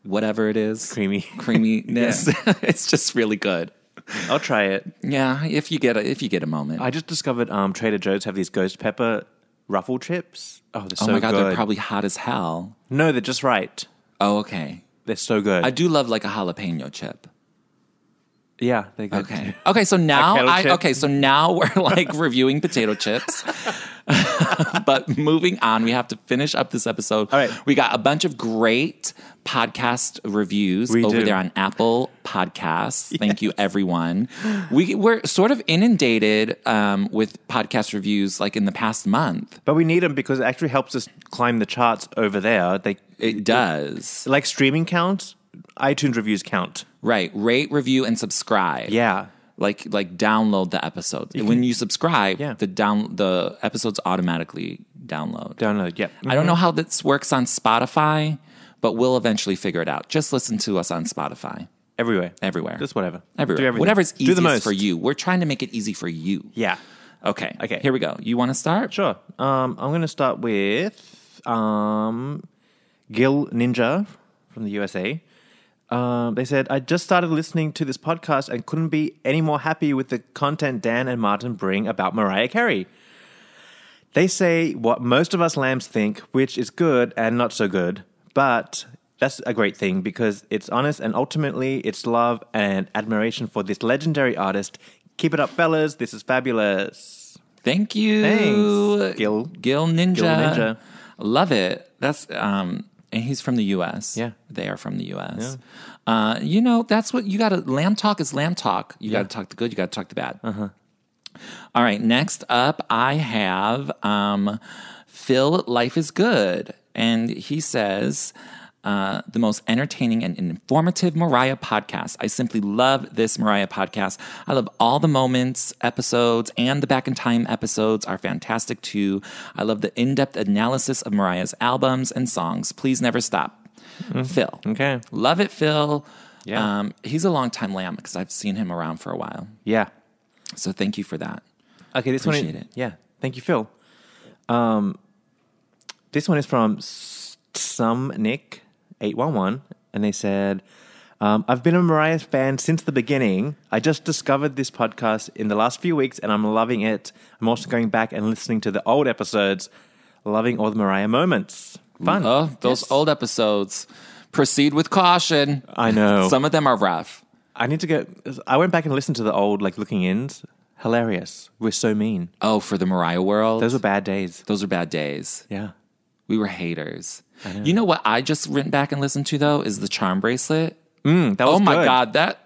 C: whatever it is,
B: Creamy.
C: creaminess. it's just really good.
B: [LAUGHS] I'll try it.
C: Yeah, if you get a, if you get a moment.
B: I just discovered um, Trader Joe's have these ghost pepper ruffle chips. Oh, they're
C: oh
B: so
C: my god,
B: good.
C: they're probably hot as hell.
B: no, they're just right.
C: Oh, okay.
B: They're so good.
C: I do love like a jalapeno chip.
B: yeah, they're good.
C: Okay. Okay. So now
B: kettle
C: I
B: chip.
C: okay. So now we're [LAUGHS] like reviewing potato chips. [LAUGHS] but moving on, we have to finish up this episode.
B: All right.
C: We got a bunch of great podcast reviews
B: We
C: over
B: do.
C: there on Apple
B: [LAUGHS]
C: Podcasts. Thank you, everyone. We we're sort of inundated um, with podcast reviews like in the past month.
B: [LAUGHS] But we need them because it actually helps us climb the charts over there. They
C: It does.
B: like streaming counts, iTunes reviews count.
C: Right. Rate, review, and subscribe.
B: Yeah.
C: like like download the episode. when you subscribe,
B: Yeah.
C: the down the episodes automatically download.
B: Download. Yep. Mm-hmm.
C: I don't know how this works on Spotify, but we'll eventually figure it out. Just listen to us on Spotify
B: Everywhere.
C: everywhere.
B: Just whatever.
C: Everywhere.
B: Do everything.
C: Whatever's
B: Do
C: easiest
B: the most.
C: for you. We're trying to make it easy for you.
B: Yeah.
C: Okay.
B: Okay.
C: Here we go. You want to start?
B: Sure. Um, I'm going to start with um, Gil Ninja from the USA. Um, they said, I just started listening to this podcast and couldn't be any more happy with the content Dan and Martin bring about Mariah Carey. They say what most of us lambs think, which is good and not so good, but that's a great thing because it's honest and ultimately it's love and admiration for this legendary artist. Keep it up, fellas. This is fabulous.
C: Thank you.
B: Thanks, Gil.
C: Gil Ninja.
B: Gil Ninja.
C: Love it. That's um and he's from the US.
B: Yeah.
C: They are from the US. Uh you know, that's what you gotta lamb talk is lamb talk. You gotta talk the good, you gotta talk the bad. Uh-huh. All right, next up I have um Phil Life is Good. And he says uh, the most entertaining and informative Mariah podcast. I simply love this Mariah podcast. I love all the moments, episodes, and the back in time episodes are fantastic too. I love the in depth analysis of Mariah's albums and songs. Please never stop. Phil.
B: Mm-hmm. Okay.
C: Love it, Phil.
B: Yeah.
C: Um, he's a long time lamb because I've seen him around for a while.
B: Yeah.
C: So thank you for that.
B: Okay, this one.
C: Appreciate
B: Is,
C: it.
B: Yeah, thank you, Phil. Um, this one is from S- some Nick eight one one, and they said, um, "I've been a Mariah fan since the beginning. I just discovered this podcast in the last few weeks, and I'm loving it. I'm also going back and listening to the old episodes, loving all the Mariah moments. Fun.
C: Oh, those
B: Yes.
C: old episodes. Proceed with caution.
B: I know.
C: Some of them are rough.
B: I need to go. I went back and listened to the old like looking ins. Hilarious. We're so mean.
C: Oh, for the Mariah world.
B: Those were bad days.
C: Those are bad days.
B: Yeah.
C: We were haters. You know what I just went back and listened to though is the charm bracelet.
B: Mm, That was
C: Oh my
B: good.
C: god, that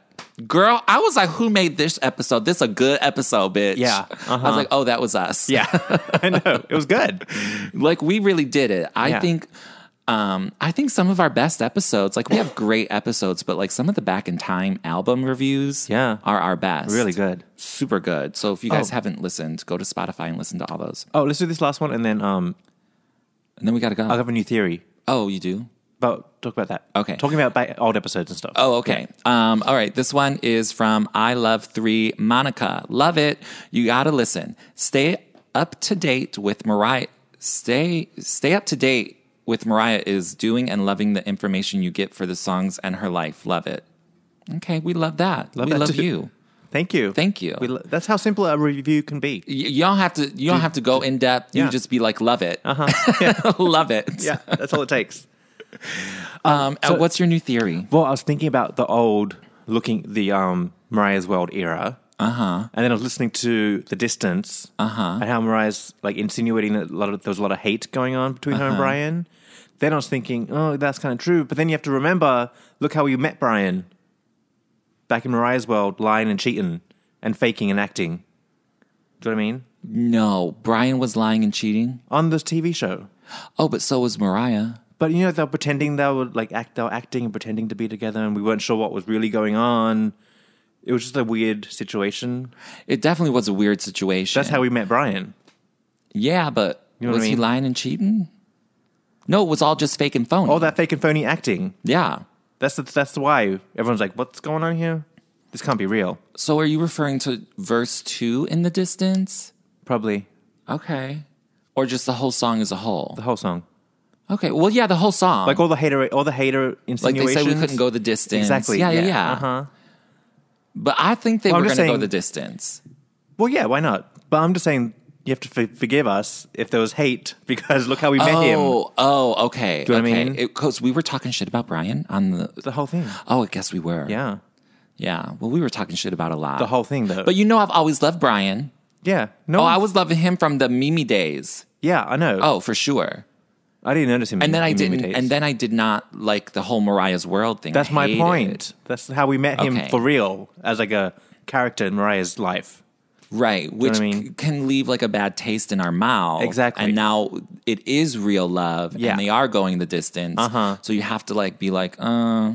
C: girl! I was like, who made this episode? This a good episode, bitch.
B: Yeah, uh-huh.
C: I was like, oh, that was us.
B: Yeah, [LAUGHS] I know. It was
C: [LAUGHS]
B: good.
C: like we really did it. I
B: Yeah.
C: think. Um, I think some of our best episodes, like we have great episodes, but like some of the back in time album reviews,
B: Yeah.
C: are our best.
B: Really good.
C: super good. So if you guys
B: Oh.
C: haven't listened, go to Spotify and listen to all those.
B: Oh, let's do this last one and then um,
C: And then we gotta go.
B: I have a new theory.
C: Oh, you do?
B: But talk about that.
C: Okay.
B: Talking about ba- old episodes and stuff.
C: Oh, okay. Um, all right. This one is from I Love 3 Monica. Love it. You got to listen. Stay up to date with Mariah. Stay stay up to date with Mariah is doing and loving the information you get for the songs and her life. Love it. Okay, we love that.
B: Love
C: we
B: that
C: love
B: too.
C: you.
B: Thank you.
C: Thank you.
B: We lo- that's how simple a review can be.
C: Y- you don't have to. You don't have to go in depth.
B: Yeah.
C: You just be like, love it. Uh-huh. [LAUGHS] love it.
B: Yeah, that's all it
C: [LAUGHS]
B: takes.
C: Um, uh, what's your new theory?
B: Well, I was thinking about the old looking the um Mariah's World era. Uh-huh. And then I was listening to The Distance. Uh-huh. And how Mariah's like insinuating that a lot of there was a lot of hate going on between her and Brian. Then I was thinking, oh, that's kind of true. But then you have to remember, look how you met Brian. Back in Mariah's world, lying and cheating and faking and acting. Do you know what I mean?
C: No, Brian was lying and cheating.
B: On this TV show.
C: Oh, but so was Mariah.
B: But you know, they were pretending they were like act, they were acting and pretending to be together, and we weren't sure what was really going on. It was just a weird situation.
C: It definitely was a weird situation.
B: That's how we met Brian.
C: Yeah, but
B: You know what
C: was
B: I
C: he
B: mean?
C: lying and cheating? No, it was all just fake and phony.
B: All that fake and phony acting.
C: Yeah.
B: That's the, that's why everyone's like, "What's going on here? This can't be real."
C: So are you referring to verse two in the distance?
B: Probably
C: Okay. Or just the whole song as a whole?
B: the whole song,
C: Okay. Well, yeah, the whole song.
B: like all the hater, all the hater
C: Like they
B: insinuations.
C: said, we couldn't go the distance.
B: Exactly.
C: Yeah, yeah,
B: yeah.
C: yeah.
B: Uh-huh.
C: But I think they
B: Well, I'm
C: were
B: just
C: going to go
B: saying-
C: the distance.
B: Well, yeah, why not? But I'm just saying, you have to f- forgive us if there was hate [LAUGHS] because look how we met him.
C: Oh, oh, okay.
B: Do you know
C: okay.
B: what I mean?
C: Because we were talking shit about Brian on the.
B: The whole thing.
C: Oh, I guess we were.
B: Yeah,
C: Yeah. Well, we were talking shit about a lot.
B: the whole thing though.
C: But you know, I've always loved Brian.
B: yeah, no.
C: Oh, I
B: one-
C: was loving him from the Mimi days.
B: Yeah, I know.
C: Oh, for sure.
B: I didn't notice him.
C: And
B: in-
C: then I
B: in Mimi
C: didn't.
B: Days.
C: And then I did not like the whole Mariah's World thing.
B: that's
C: I
B: my
C: hated
B: point.
C: it.
B: That's how we met him
C: Okay.
B: for real, as like a character in Mariah's life.
C: Right, which
B: what I
C: c-
B: mean?
C: can leave like a bad taste in our mouth.
B: Exactly.
C: And now it is real love
B: Yeah.
C: and they are going the distance.
B: Uh-huh.
C: So you have to like be like, uh,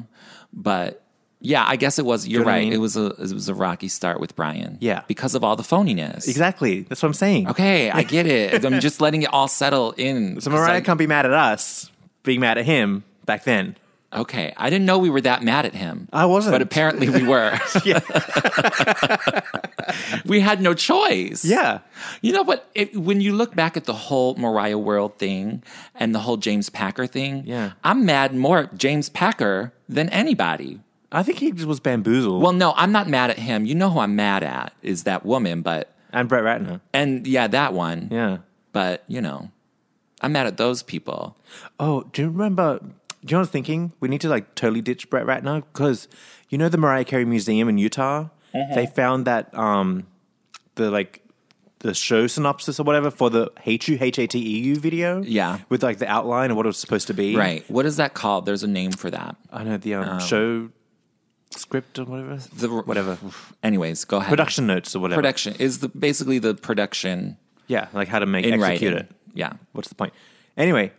C: but yeah, I guess it was you're
B: know what I
C: right.
B: mean?
C: It was a it was a rocky start with Brian.
B: Yeah.
C: Because of all the phoniness.
B: Exactly. That's what I'm saying.
C: Okay, I
B: [LAUGHS]
C: get it. I'm just letting it all settle in.
B: So
C: 'cause
B: Mariah
C: I-
B: can't be mad at us being mad at him back then.
C: Okay, I didn't know we were that mad at him.
B: I wasn't.
C: But apparently we were.
B: [LAUGHS]
C: [LAUGHS]
B: Yeah.
C: we had no choice.
B: Yeah.
C: You know what? If, when you look back at the whole Mariah World thing and the whole James Packer thing,
B: Yeah.
C: I'm mad more at James Packer than anybody.
B: I think he just was bamboozled.
C: Well, no, I'm not mad at him. You know who I'm mad at is that woman, but
B: and Brett Ratner.
C: and yeah, that one.
B: Yeah.
C: But you know, I'm mad at those people.
B: Oh, do you remember? Do you know what I was thinking? We need to like totally ditch Brett Ratner because you know the Mariah Carey Museum in Utah.
C: Mm-hmm.
B: They found that um, the like the show synopsis or whatever for the "Hate You" H A T E U video.
C: Yeah.
B: with like the outline of what it was supposed to be.
C: Right. What is that called? There's a name for that.
B: I know the um, show script or whatever.
C: The,
B: whatever
C: Anyways, go ahead.
B: production notes or whatever.
C: Production is the basically the production
B: Yeah, like how to make
C: in
B: execute
C: writing.
B: it.
C: Yeah.
B: What's the point? Anyway,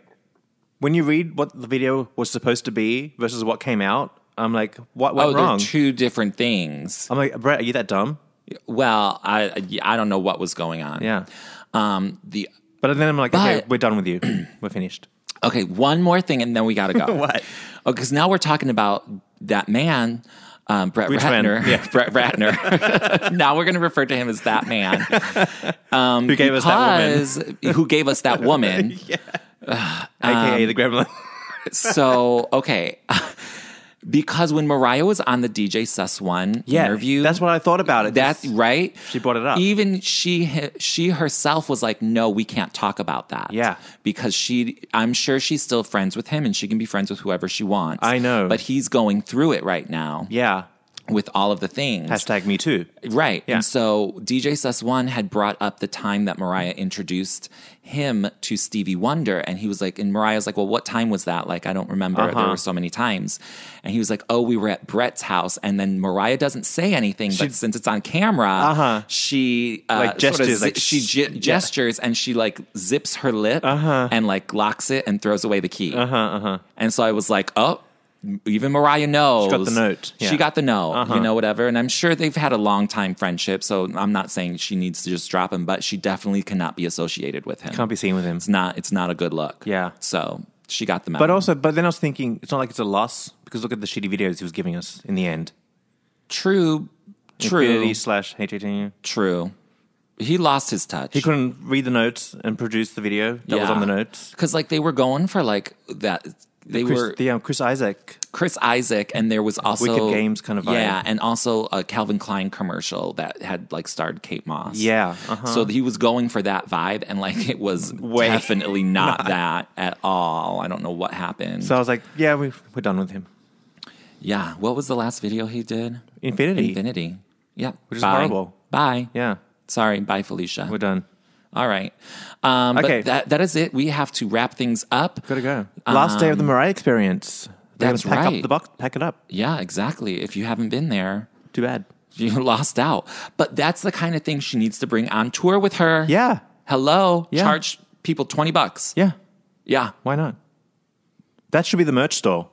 B: when you read what the video was supposed to be versus what came out, I'm like, what went
C: oh,
B: wrong?
C: they're two different things.
B: I'm like, Brett, are you that dumb?
C: Well, I I don't know what was going on.
B: Yeah.
C: Um. The
B: But then I'm like, okay,
C: But-
B: we're done with you.
C: [CLEARS THROAT]
B: we're finished.
C: okay. One more thing, and then we gotta
B: [LAUGHS]
C: go.
B: What?
C: Oh, because now we're talking about that man, um, Brett
B: Which man?
C: Ratner.
B: Yeah.
C: [LAUGHS] Brett Ratner. [LAUGHS] now we're gonna refer to him as
B: [LAUGHS]
C: that man. Um,
B: Who gave us that woman?
C: woman? who gave us
B: [LAUGHS]
C: that woman? uh,
B: AKA
C: um,
B: the gremlin.
C: So okay. [LAUGHS] Because when Mariah was on the DJ Sus One interview,
B: [LAUGHS] That's what I thought about it.
C: That's
B: Just-
C: right.
B: She brought it up.
C: Even she she herself was like, "No, we can't talk about that."
B: Yeah.
C: because she, I'm sure she's still friends with him, and she can be friends with whoever she wants.
B: I know.
C: but he's going through it right now
B: Yeah.
C: with all of the things.
B: Hashtag me too.
C: Right.
B: Yeah.
C: And so DJ Sus One had brought up the time that Mariah introduced him to Stevie Wonder. And he was like, and Mariah's like, well, what time was that? Like, I don't remember. There
B: Uh-huh.
C: were so many times. And he was like, oh, we were at Brett's house. And then Mariah doesn't say anything, but since it's on camera,
B: Uh-huh.
C: she uh,
B: Like
C: sort of
B: gestures,
C: zi-
B: like,
C: she
B: "Shh."
C: ge- gestures and she like zips her lip
B: Uh-huh.
C: and like locks it and throws away the key. Uh-huh, uh-huh. And so I was like, oh, even Mariah knows.
B: got the note. Yeah.
C: She got the note,
B: Uh-huh.
C: you know, whatever. And I'm sure they've had a long time friendship. So I'm not saying she needs to just drop him, but she definitely cannot be associated with him.
B: Can't be seen with him.
C: It's not. It's not a good look.
B: Yeah.
C: So she got the memo.
B: But also, but then I was thinking, it's not like it's a loss because look at the shitty videos he was giving us in the end.
C: true, true,
B: Infinity slash HATU.
C: true. He lost his touch.
B: He couldn't read the notes and produce the video that was
C: Yeah.
B: on the notes.
C: because like they were going for like that they
B: Chris,
C: were
B: the um, Chris Isaac.
C: Chris Isaac, and there was also
B: Wicked Games kind of vibe.
C: yeah, and also a Calvin Klein commercial that had like starred Kate Moss.
B: Yeah, uh-huh.
C: so he was going for that vibe, and like
B: [LAUGHS]
C: it was definitely not, that at all. I don't know what happened.
B: So I was like, yeah, we we're done with him.
C: yeah, what was the last video he did?
B: Infinity.
C: Infinity. Yeah, which
B: is
C: bye.
B: horrible.
C: Bye.
B: Yeah,
C: Sorry. Bye, Felicia.
B: we're done.
C: All right. Um,
B: Okay.
C: But that, that is it. We have to wrap things up.
B: Gotta go. Last day of the Mariah experience. They're gonna
C: Um, that's
B: pack
C: right.
B: Up the box, pack it up.
C: Yeah, exactly. If you haven't been there, [LAUGHS]
B: Too bad.
C: you lost out. But that's the kind of thing she needs to bring on tour with her.
B: Yeah,
C: Hello.
B: Yeah.
C: Charge people 20 bucks.
B: yeah.
C: Yeah.
B: Why not? That should be the merch store.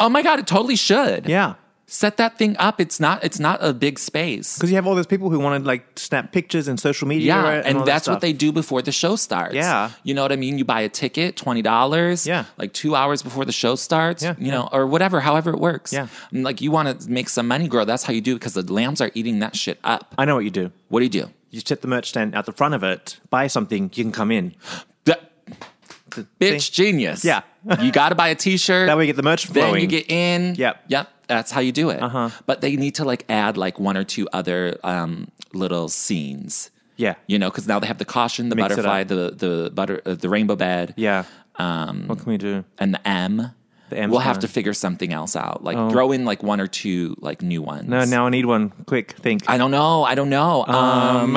C: Oh my God, it totally should.
B: Yeah,
C: Set that thing up. It's not it's not a big space.
B: because you have all those people who want to like snap pictures and social media.
C: Yeah,
B: and,
C: and,
B: all that
C: that's what
B: stuff.
C: they do before the show starts.
B: Yeah.
C: you know what I mean. You buy a ticket, twenty dollars.
B: Yeah.
C: like two hours before the show starts.
B: Yeah,
C: you know, or whatever, however it works.
B: Yeah.
C: And, like you want to make some money, girl. That's how you do it because the lambs are eating that shit up.
B: I know what you do.
C: What do you do?
B: You set the merch stand out the front of it. Buy something. You can come in.
C: That- bitch, genius.
B: Yeah. [LAUGHS]
C: you got to buy a T-shirt.
B: That way you get the merch
C: then
B: flowing.
C: you get in.
B: Yep.
C: Yep. That's how you do it. Uh-huh. But they need to like add like one or two other um, little scenes.
B: yeah.
C: You know, because now they have the caution, the
B: Mix it
C: butterfly,
B: up.
C: the the butter, uh, the rainbow bed.
B: Yeah. Um, what can we do?
C: and the M.
B: The M's
C: we'll have
B: fine.
C: to figure something else out. Like throw in like one or two like new ones.
B: No, now I need one. Quick, think.
C: I don't know. I don't know. Um,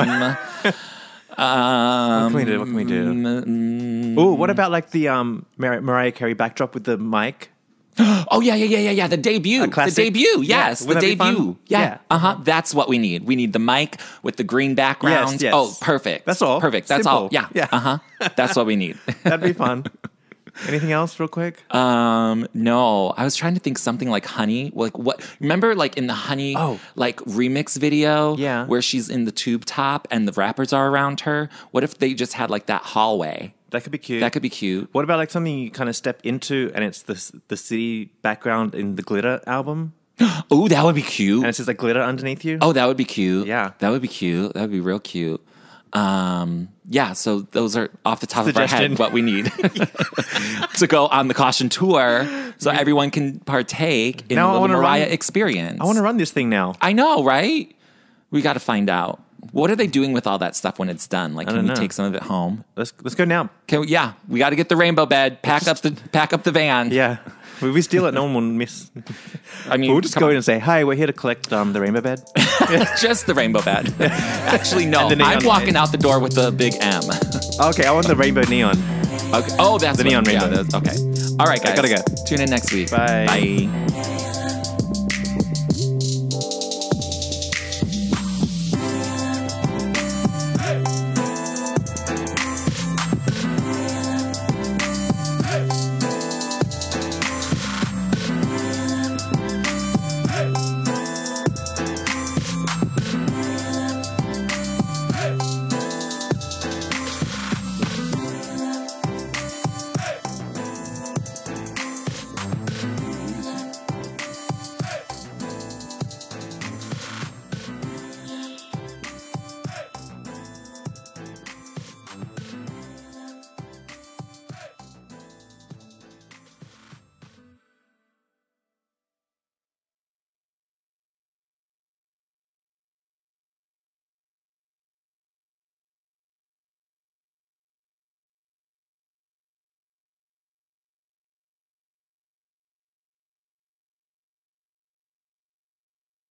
B: what can we do? What can we
C: mm,
B: do? Ooh, what about like the um, Mar- Mariah Carey backdrop with the mic?
C: oh yeah, yeah, yeah, yeah, yeah. The debut. The
B: classic?
C: debut.
B: Yeah.
C: Yes, the
B: Wouldn't that be fun?
C: debut. Yeah.
B: Yeah.
C: Uh huh. That's what we need. We need the mic with the green background.
B: yes.
C: Oh, perfect.
B: That's all.
C: Perfect. That's all.
B: Simple.
C: Yeah.
B: Yeah.
C: Uh huh. That's what we need.
B: [LAUGHS] That'd be
C: [LAUGHS]
B: fun. Anything else, real quick?
C: Uh, No, I was trying to think something like Honey. Like what? Remember, like in the Honey,
B: Oh.
C: like remix video,
B: Yeah.
C: where she's in the tube top and the rappers are around her. What if they just had like that hallway?
B: that could be cute.
C: That could be cute.
B: What about like something you kind of step into, and it's the the city background in the glitter album,
C: Oh, that would be
B: and
C: cute.
B: it's just like glitter underneath you.
C: Oh, that would be cute.
B: Yeah.
C: that would be cute. That would be real cute. Um, yeah. So those are off the top of our
B: Suggestion.
C: head what we
B: [LAUGHS]
C: need [LAUGHS] to go on the caution tour, so everyone can partake in
B: Now I
C: the
B: wanna
C: Little Mariah
B: run-
C: experience.
B: I want to run this thing now.
C: I know, right? We got to find out. What are they doing with all that stuff when it's done? Like, can
B: don't
C: we
B: know.
C: take some of it home?
B: Let's let's go now.
C: Can we, yeah, we got to get the rainbow bed. Pack up the pack up the van.
B: Yeah. If we steal it, no one will
C: [LAUGHS]
B: miss.
C: I mean,
B: We'll just
C: come
B: go
C: on,
B: in and say, "Hi, we're here to collect um, the rainbow bed."
C: [LAUGHS] just the
B: [LAUGHS]
C: rainbow bed. Actually, no,
B: And the neon
C: I'm walking
B: lights.
C: out the door with the big M. [LAUGHS]
B: okay, I want the rainbow neon.
C: Okay. Oh, that's
B: The
C: what-
B: neon
C: yeah,
B: rainbow.
C: that's- okay. All right, guys.
B: gotta go.
C: Tune in next week.
B: Bye.
C: Bye.